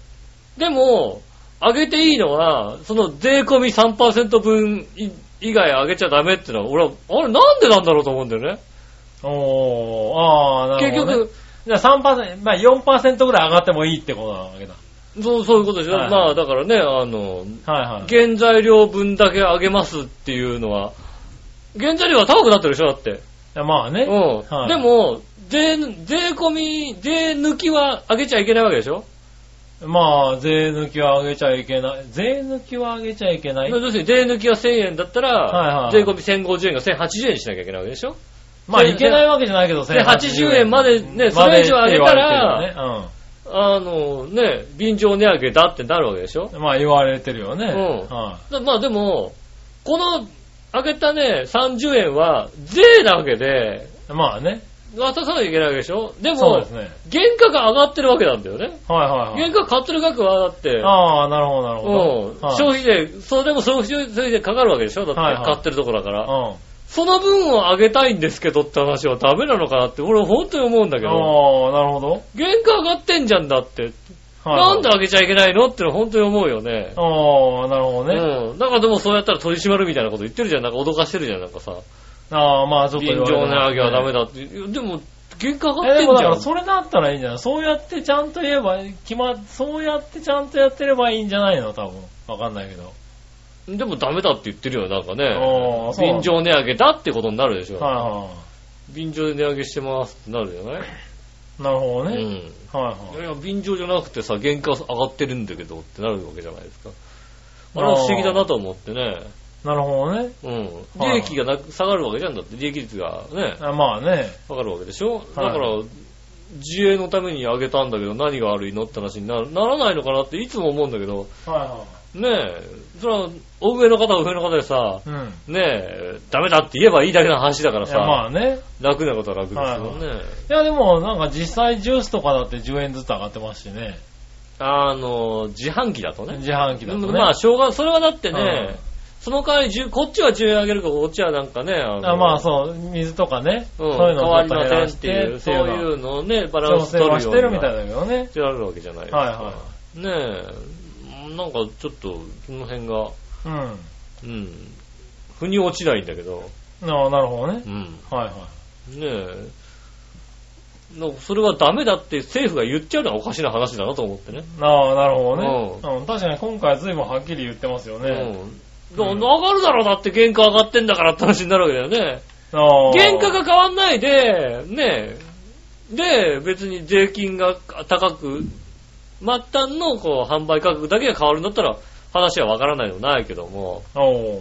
S2: でも、上げていいのは、その税込み3%分い以外上げちゃダメってのは、俺は、あれなんでなんだろうと思うんだよね。
S3: いはい。おー、ああ、な
S2: 結
S3: るほど、ね。
S2: 局、
S3: 局、じゃあ3%、まあ4%ぐらい上がってもいいってことなわけだ。
S2: そう、そういうことでしょ。
S3: はい
S2: まあ、だからね、あの、
S3: はいはい。
S2: 原材料分だけ上げますっていうのは、原材料は高くなってるでしょ、だって。
S3: いやまあね。
S2: うん。
S3: はい
S2: でも、税、税込み、税抜きは上げちゃいけないわけでしょ
S3: まあ、税抜きは上げちゃいけない。税抜きは上げちゃいけない。
S2: 要するに税抜きが1000円だったら、
S3: はいはい
S2: 税込み1050円が1080円にしなきゃいけないわけでしょ
S3: まあ、いけないわけじゃないけど、
S2: で80円までねそれ以上上げたら
S3: までって言われてるよね
S2: あのね、便乗値上げだってなるわけでしょ
S3: うん。まあ、言われてるよね。
S2: うん
S3: は
S2: だまあでも、この上げたね、30円は税なわけで、
S3: い。まあね。
S2: 渡さなきゃいけないわけでしょで
S3: そう
S2: も
S3: です、ね。
S2: 原価が上がってるわけなんだよね。
S3: はいはいは
S2: 原
S3: い。
S2: 価買ってる額はだって、
S3: ああ、なるほど、なる
S2: う
S3: ほ
S2: ん
S3: ど。はい
S2: 消費税、それでも消費税かかるわけでしょだ
S3: はい
S2: っ
S3: は
S2: て
S3: い
S2: 買ってるとこだから。
S3: うん。
S2: その分を上げたいんですけどって話はダメなのかなって、俺本当に思うんだけど、
S3: ああ、なるほど。
S2: 原価上がってんじゃんだって、
S3: はい
S2: なんで上げちゃいけないのってのは本当に思うよね。
S3: ああ、なるほどね。
S2: うん。だからでもそうやったら取り締まるみたいなこと言ってるじゃん。なんか脅かしてるじゃん。なんかさ、
S3: ああ、まあちょっと
S2: 便
S3: 言われ
S2: 乗
S3: てま
S2: 値上
S3: すね
S2: げはダメだって。いやでも、原価上
S3: え
S2: がっ
S3: で
S2: て
S3: も
S2: んじ
S3: だか
S2: ゃ
S3: ら
S2: ん。
S3: それだったらいいんじゃないそうやってちゃんと言えば、決ま、そうやってちゃんとやってればいいんじゃないの多分。わかんないけど。
S2: でもダメだって言ってるよ。なんか
S3: あ
S2: ね
S3: ー。そう
S2: 便乗値上げだってことになるでしょ。
S3: はいは
S2: 便乗で値上げしてますってなるじゃない
S3: い。なるほ
S2: う
S3: どね。はい
S2: ん。い
S3: は
S2: やいや、便乗じゃなくてさ、原価上がってるんだけどってなるわけじゃないですか。あれは不思議だなと思ってね。
S3: い。なるほどね。
S2: うん。
S3: はい
S2: 利益がなく下がるわけじゃんだって、利益率がね、
S3: あまあね。
S2: 下がるわけでしょだか
S3: はい
S2: ら、自衛のために上げたんだけど何が悪いのって話になるならないのかなっていつも思うんだけど、
S3: はいは
S2: ねえ、それは、お上の方は上の方でさ、
S3: い。うん。
S2: ねえ、ダメだって言えばいいだけの話だから
S3: い
S2: さ、
S3: やまあね。
S2: 楽なことは楽ですよね。
S3: いやでもなんか実際ジュースとかだって10円ずつ上がってますしね。
S2: あの、自販機だとね。
S3: 自販機だとね。
S2: まあ、しょうが、それはだって
S3: うん
S2: ね、その代わり10、こっちは10円上げるか、こっちはなんかね、あの
S3: あまあそう、水とかね。
S2: うん、
S3: そういう
S2: 変
S3: の
S2: わ
S3: を
S2: り
S3: ちょっ
S2: ませ
S3: と減
S2: ん
S3: ら
S2: っ
S3: してて
S2: いう、
S3: って
S2: そう
S3: い
S2: いううのをね、バラ
S3: 調
S2: ンス
S3: 整
S2: 取るよう
S3: は
S2: に
S3: してるみたい
S2: な。
S3: だけどね。
S2: してあるわけじゃないですか。
S3: はいは
S2: ねえ、なんかちょっと、その辺が、
S3: い。うん。
S2: うん、腑に落ちないんだけど、
S3: ああ、なるほどね
S2: う。ん、
S3: はいはい。
S2: ねえ、なんかそれはダメだって政府が言っちゃうのはおかしな話だなと思ってね。
S3: ああ、なるほどね。うん、確かに今回は随分はっきり言ってますよね。
S2: うん。
S3: うん
S2: 上がるだろうだって原価上がってんだからって話になるわけだよね。
S3: ああ。
S2: 原価が変わんないで、ねえ、で、別に税金が高く、末端のこう販売価格だけが変わるんだったら話はわからないでもないけども、
S3: おー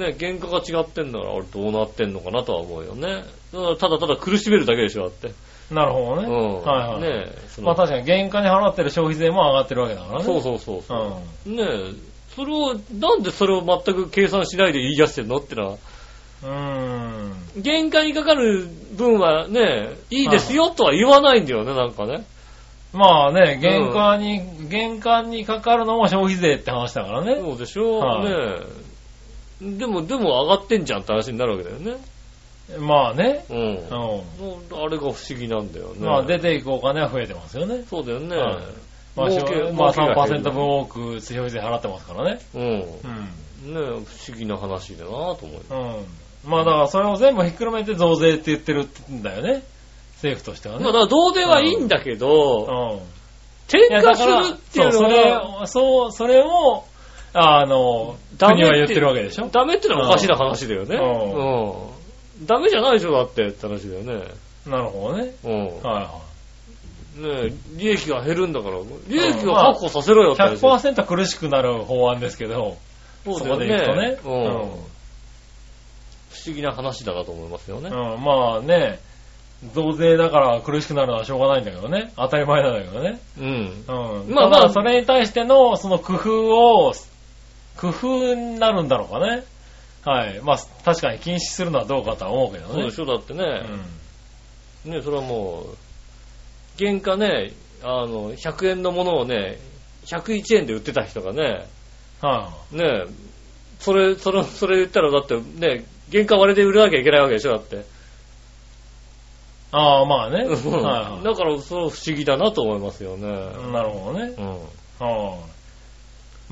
S2: ねえ、原価が違ってんだから俺どうなってんのかなとは思うよね。だからただただ苦しめるだけでしょ、だって。
S3: なる
S2: う
S3: ほどね。
S2: ん。
S3: はいはい。
S2: ねえ、その
S3: まあ確かに原価に払ってる消費税も上がってるわけだからね。
S2: そうそうそうそう。
S3: うん。
S2: ねえ、それを、なんでそれを全く計算しないで言い出してんのってのは、
S3: うーん。
S2: 限界にかかる分はね、いいですよとは言わないんだよね、なんかね。
S3: まあね、玄関に、玄関にかかるのも消費税って話だからね。
S2: そうでしょ、
S3: はい
S2: ねでも、でも上がってんじゃんって話になるわけだよね。
S3: まあね。
S2: うん。
S3: う
S2: あれが不思議なんだよね。
S3: ん。まあ出ていくお金は増えてますよね。
S2: そうだよね。
S3: はいまあ、し
S2: 儲
S3: ょ
S2: け
S3: まあ
S2: 儲けが減
S3: 3%
S2: る
S3: 分多く消費税払ってますからね。
S2: うん。
S3: うん。
S2: ね不思議な話だなと思うよ。
S3: うん。まあだからそれを全部ひっくるめて増税って言ってるんだよね。政府としてはね。
S2: まあ、だから同税はいいんだけど、
S3: うん。
S2: 転
S3: いや
S2: 嫁
S3: だ
S2: す
S3: か
S2: る
S3: ら
S2: っていうの
S3: そう、それ
S2: は、
S3: を、そう、それを、あの、
S2: ダメ
S3: 国は言ってるわけでしょ。
S2: ダメってのはおかしな話だよね。うん。ダメじゃないでしょ、だってって話だよね。
S3: なるほどね。
S2: うん。
S3: は
S2: ねえ、利益が減るんだから、利益を確保させろよ
S3: い
S2: っ
S3: はい。
S2: て話だよ。
S3: 100%苦しくなる法案ですけど、
S2: そ
S3: そうこ
S2: だよ
S3: でいくとね。
S2: うん。不思議な話だなと思いますよね。
S3: うん、まあね、増税だから苦しくなるのはしょうがないんだけどね。当たり前なんだけどね。
S2: うん。
S3: うん。
S2: ま
S3: ま
S2: あ
S3: あ
S2: まあ
S3: まあ、それに対しての、その工夫を、工夫になるんだろうかね。はい。まあ、確かに禁止するのはどうかとは思うけどね。
S2: そうでしょ、だってね。ね、それはもう、原価ね、あの、100円のものをね、101円で売ってた人がね、
S3: うん。はい、
S2: ね、それ、それ、それ言ったらだってね、原価割れで売らなきゃいけないわけでしょ、だって。
S3: ああ、まあね。はい、
S2: うんだから、それは不思議だなと思いますよね。
S3: なるほどね。
S2: うん。
S3: はい、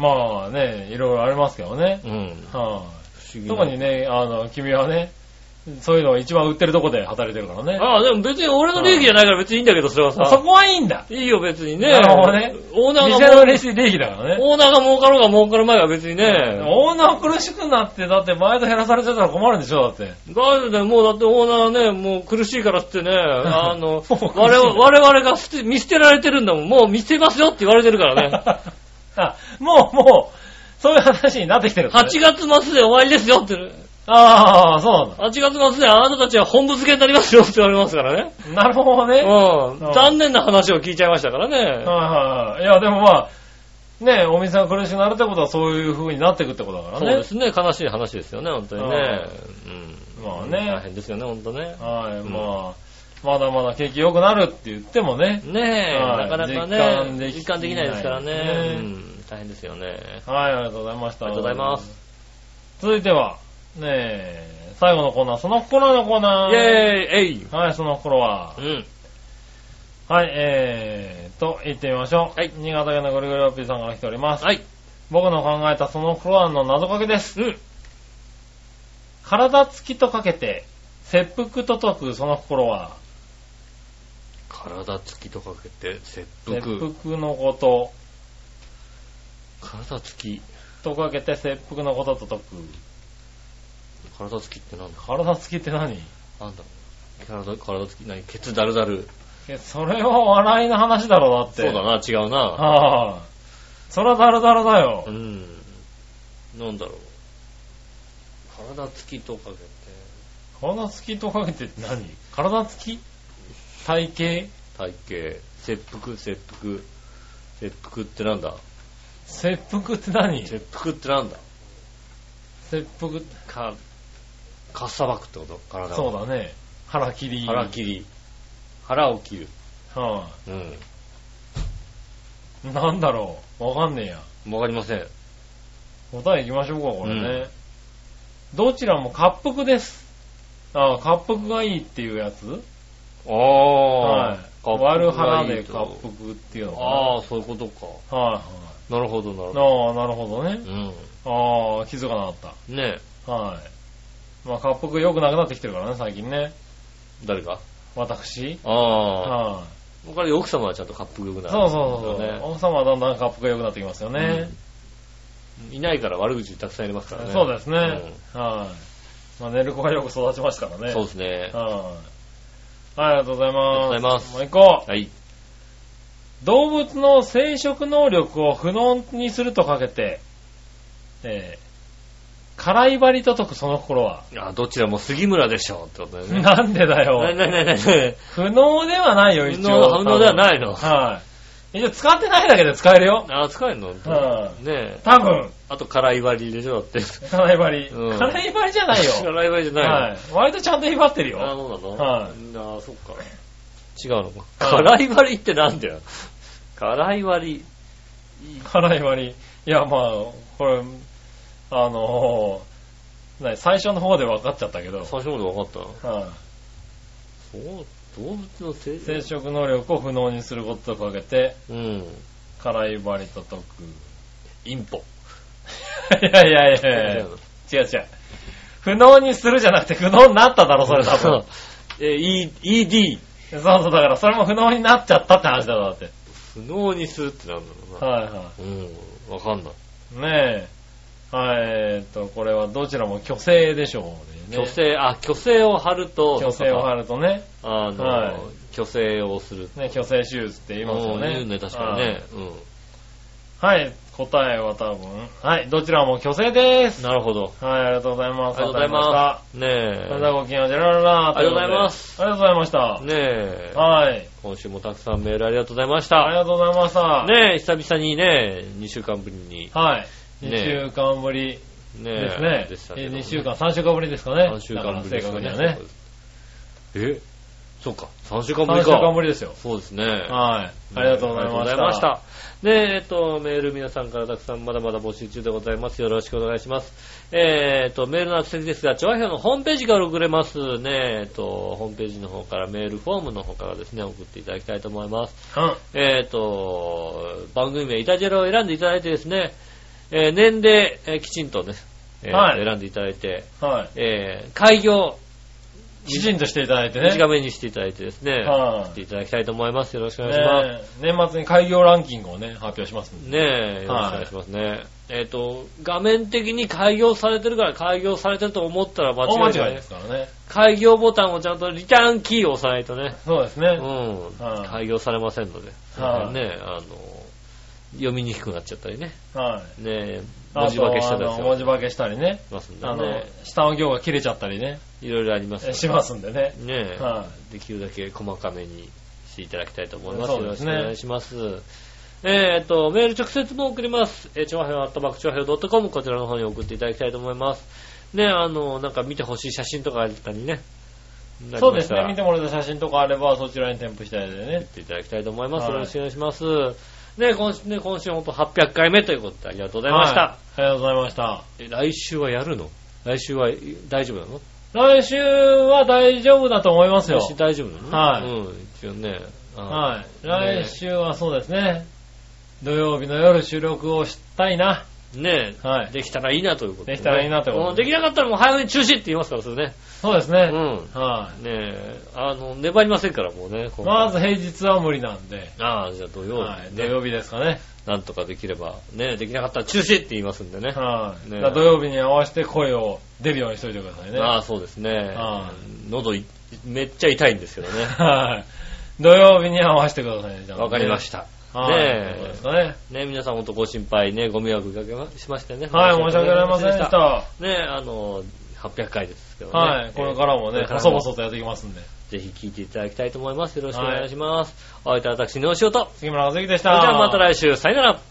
S3: まあね、いろいろありますけどね。
S2: うん。
S3: はい、
S2: 不思議な
S3: 特にね、あの、君はね、そういうのを一番売ってるとこで働いてるからね。
S2: ああ、でも別に俺の利益じゃないから別にいいんだけど、それは
S3: そ
S2: さ。
S3: こはいいんだ。
S2: いいよ、別にね。
S3: なるほどね
S2: オーナーが
S3: 店
S2: 儲
S3: の
S2: か、
S3: 利益利益だからね。
S2: オーナーが儲かろうが儲かる前は別にね。
S3: オーナー苦しくなって、だって前と減らされちゃったら困るんでしょ、だ って。
S2: だよね、もうだってオーナーね、もう苦しいからって ね、あの、
S3: もう苦しい
S2: 我々我々が捨て見捨てられてるんだもん、もう見捨てますよって言われてるから ね。
S3: あ、もう、もう、そういう話になってきてる、
S2: 8月末で終わりですよって、
S3: ああ、そうなんだ。
S2: 8月末であなたたちは本部付けになりますよって言われますからね。
S3: なるほどね。はい
S2: うん。残念な話を聞いちゃいましたからね。
S3: はいはい。いや、でもまあ、ね、お店が苦しくなるってことはそういう風になってくってことだから
S2: そう
S3: ね。
S2: ですね、悲しい話ですよね、本当にね。うん。
S3: まあね
S2: 大変ですよね、本当ね。
S3: はい、
S2: うん
S3: まあ、まだまだ景気良くなるって言ってもね。
S2: ねえ、
S3: はい
S2: なかなか
S3: 実
S2: ね
S3: 感、でき
S2: 実感できないですからね。
S3: ね
S2: うん、大変ですよね。
S3: はい、ありがとうございました。
S2: ありがとうございます。
S3: 続いては、ねえ、最後のコーナー、その心のコー
S2: イェ
S3: ナ
S2: ー
S3: ー。
S2: イえい
S3: はい、その心は
S2: う、ん。
S3: はい、えーと、行ってみましょう。
S2: はい
S3: 新潟県のぐるぐるおっぴーさんから来ております。
S2: はい。
S3: 僕の考えたその心はの謎かけです。
S2: うん。
S3: 体つきとかけて、切腹と解くその心は、
S2: 体つきとかけて、切腹。
S3: 切腹のこと、
S2: 体つき。
S3: とかけて切腹のことと解く。
S2: 体つきってなんだ
S3: 体つきって何
S2: なんだ体、体つき、何ケツだるだる。
S3: えそれは笑いの話だろ、だって。
S2: そうだ。な、違うな。
S3: はあ。それはダラダラだよ
S2: う。ん。なんだろう。体つきとかけて。
S3: 体つきとかけてって何体つき体型
S2: 体型。切腹、切腹。切腹ってなんだ
S3: 切腹って何
S2: 切腹ってなんだ
S3: 切腹って
S2: か、かっさばくってこと体を
S3: そうだね。腹切り。
S2: 腹切り。腹を切る。
S3: は
S2: う
S3: い、なんだろう。わかんねえや。
S2: ん。わかりません。
S3: 答え行きましょうか、これね。どちらも滑腹です。ああ、滑腹がいいっていうやつ
S2: ああ。
S3: はい。割る腹で
S2: カ
S3: 滑
S2: ップ。
S3: 腹っていうのかな。
S2: ああ、そういうことか。
S3: はいはい。
S2: なるほど、なる
S3: あ
S2: ほど。
S3: あ、なるほどね。
S2: う
S3: ああ、気づかなかった。
S2: ん。ね
S3: はい。まあ、滑腹良くなくなってきてるからね、最近ね。
S2: え、誰か
S3: 私。
S2: ああ。
S3: は
S2: 僕は奥様はちゃんとカップ良くな
S3: い。
S2: る。
S3: そうそうそう。
S2: ね
S3: 奥様はだんだん滑腹が良くなってきますよね。
S2: いないから悪口たくさんやりますからね。
S3: そうですね。はい。まあ、寝る子がよく育ちましたから
S2: うん
S3: ね。
S2: そうですね。
S3: はい。はい、ありがとうござい
S2: ありがとう
S3: ま
S2: ござい
S3: す。
S2: ます。
S3: もう一個。
S2: はい。
S3: 動物の生殖能力を不能にするとかけて、えー、辛い針と解くその心は。
S2: あ、どちらも杉村でしょうってことだよね。
S3: なんでだ
S2: な
S3: よ。
S2: なななな
S3: 不能ではないよ、一
S2: 不
S3: 応。
S2: 能、不能ではないの。
S3: は一応使ってないだけで使えるよ。
S2: あー、使えるの
S3: う
S2: ね
S3: ん。
S2: え。
S3: 多分、
S2: あと、辛い割りでしょ、だって。
S3: カライバリ。
S2: うん
S3: カライバリじゃないよ。
S2: 辛い割りじゃない
S3: はい。割とちゃんと威張ってる
S2: の。あー、
S3: よ。
S2: そうなの
S3: はい
S2: あー、そっか。違うのか。辛い割りってなんだよ。辛い割
S3: カライバリ。いや、まあ、これ、あのー、何最初の方で分かっちゃったけど
S2: り。、最初まで分かった
S3: はい
S2: そう、動物の生
S3: 生殖能力を不能にすることとかけて、
S2: うん。
S3: カライバリと解く。
S2: インポ。
S3: いやいやいやいや、違う違う。不能にするじゃなくて不能になっただろ、それ多分。
S2: えー、E- ED。
S3: そうそう、だからそれも不能になっちゃったって話だろ、だって。
S2: 不能にするってなんだろうな。
S3: はいは
S2: うん、わかんない。
S3: い。ねえ。はい、えーっと、これはどちらも虚勢でしょうね。
S2: 虚勢、あ、虚勢を張ると、
S3: 虚勢を張
S2: る。
S3: るとね、
S2: あの、
S3: はい
S2: 虚勢をする。
S3: ね、虚勢手術って言いますよ
S2: うん
S3: ね。
S2: 言うね、確かにね。う
S3: はい。はい、答えは多分。はい、どちらも虚勢です。
S2: ん。なるほど。
S3: はい、ありがとうございます。
S2: ありがとうございます。ね
S3: ありがとうございました。それではごきげんよう、ジェラララ。
S2: ありがとうございます
S3: ということで。ありがとうございま
S2: え。
S3: し
S2: ねえ
S3: た。。はい。
S2: 今週もたくさんメールありがとうございまし
S3: あり
S2: た。
S3: がとうございました。
S2: ねえ、久々にね、2週間ぶりに。
S3: はい。
S2: ね
S3: 2週間ぶり
S2: ねえ
S3: ですね。
S2: でしたけど
S3: 2週間、3週間ぶりですかね。
S2: 3週間ぶり
S3: だ
S2: で
S3: か
S2: す
S3: ら正確
S2: か
S3: に
S2: ね
S3: はね。。
S2: えそうか、3週間ぶ
S3: 3
S2: り
S3: 週
S2: か。
S3: 間ぶりですよ。
S2: そうですね。
S3: はい。ありがとうご
S2: あり
S3: ざいました。
S2: がとうございました。で、えっと、メール皆さんからたくさんまだまだ募集中でございます。よろしくお願いします。えっと、メールの宛先ですが、調和表のホームページから送れますね。えっと、ホームページの方からメールフォームの方からですね、送っていただきたいと思います。
S3: うん。
S2: えっ、と、番組名、イタジェラを選んでいただいてですね、えー年齢、えーきちんとね、えー
S3: はい
S2: 選んでいただいて、
S3: はい。
S2: えー開業、
S3: きちんとしていただいてね。
S2: 短めにしていただいてですね、
S3: はい
S2: していただきたいと思います。よろしくお願いします。
S3: ね年末に開業ランキングをね、発表しますんで。
S2: ねえ、よろしくお願いしますね。えっ、と、画面的に開業されてるから開業されてると思ったら間
S3: 大間
S2: 違い
S3: 違
S2: ないい
S3: で
S2: ね。
S3: すからね。
S2: 開業ボタンをちゃんとリターンキーを押さないとね、
S3: そうで
S2: う
S3: すね。
S2: ん、
S3: はい
S2: 開業されませんので、
S3: はい
S2: ねえ、あの、読みにくくなっちゃったりね、
S3: はい。
S2: ねえ、
S3: あ
S2: 文字化けした
S3: と
S2: り
S3: あ
S2: し
S3: の文字化けしたりね。
S2: ますんで
S3: あの
S2: ね、、
S3: 下の行が切れちゃったりね、
S2: いろいろあります
S3: しますんでね。
S2: ね
S3: は
S2: できるだけ細かめにしていただきたいと思います。
S3: そう
S2: よ
S3: で
S2: ろ
S3: す
S2: しくお
S3: ね
S2: 願いします。えー、っと、メール直接も送ります。えー、ちょアットマークちょうドットコムこちらの方に送っていただきたいと思います。ね、あの、なんか見てほしい写真とかあったりね。
S3: そうですね。見て
S2: も
S3: もらった写真とかあれば、そちらに添付していただいてね。
S2: ていただきたいと思います。
S3: はい
S2: よろしくお願いします。ね、今週、ね、今週ほんと800回目ということでありがとうございました。
S3: はい。ありがとうございました。
S2: え来週はやるの来週はい大丈夫なの
S3: 来週は大丈夫だと思いますよ
S2: 来。週大丈夫なのねうん、一応ね。あ
S3: はい。来週はそうですね。土曜日の夜収録をしたいな。
S2: ねえ、
S3: はい
S2: できたらいいなということ
S3: できたらいいなということ
S2: もうできなかったらもう早めに中止って言いますから、それね。
S3: そうです
S2: う
S3: ね。
S2: ん。
S3: は
S2: ねえ、あの、粘りませんから、もうね。
S3: い。
S2: 今回
S3: まず、平日は無理なんで、
S2: ああ、じゃあ土曜
S3: はい
S2: 日
S3: 土
S2: ね、
S3: 曜日ですかね。
S2: なんとかできれば、ねえ、できなかったら中止って言いますんでね。
S3: はい。
S2: ね
S3: だから土曜日に合わせて声を出るようにしといてくださいね。
S2: ああ、そうですね
S3: は。
S2: 喉い、めっちゃ痛いんですけどね。
S3: はい。土曜日に合わせてくださいね。。
S2: わかりましたた。
S3: はい。
S2: ねえ
S3: そうですかね。
S2: ねえ、皆さん本当ご心配ね、ご迷惑かけましましてね。
S3: はい、申し訳ございませんでし。た。
S2: ねえ、あの、800回ですけどね。
S3: はい、これからも
S2: こ
S3: ね
S2: れ、からも
S3: 細々とやっていきますんで。
S2: ぜひ聞いていただきたいと思います。よろしくお願いします。お相手は私、のお仕事。
S3: 杉村和之でし
S2: そ
S3: た。
S2: れじゃあまた来週、さよなら。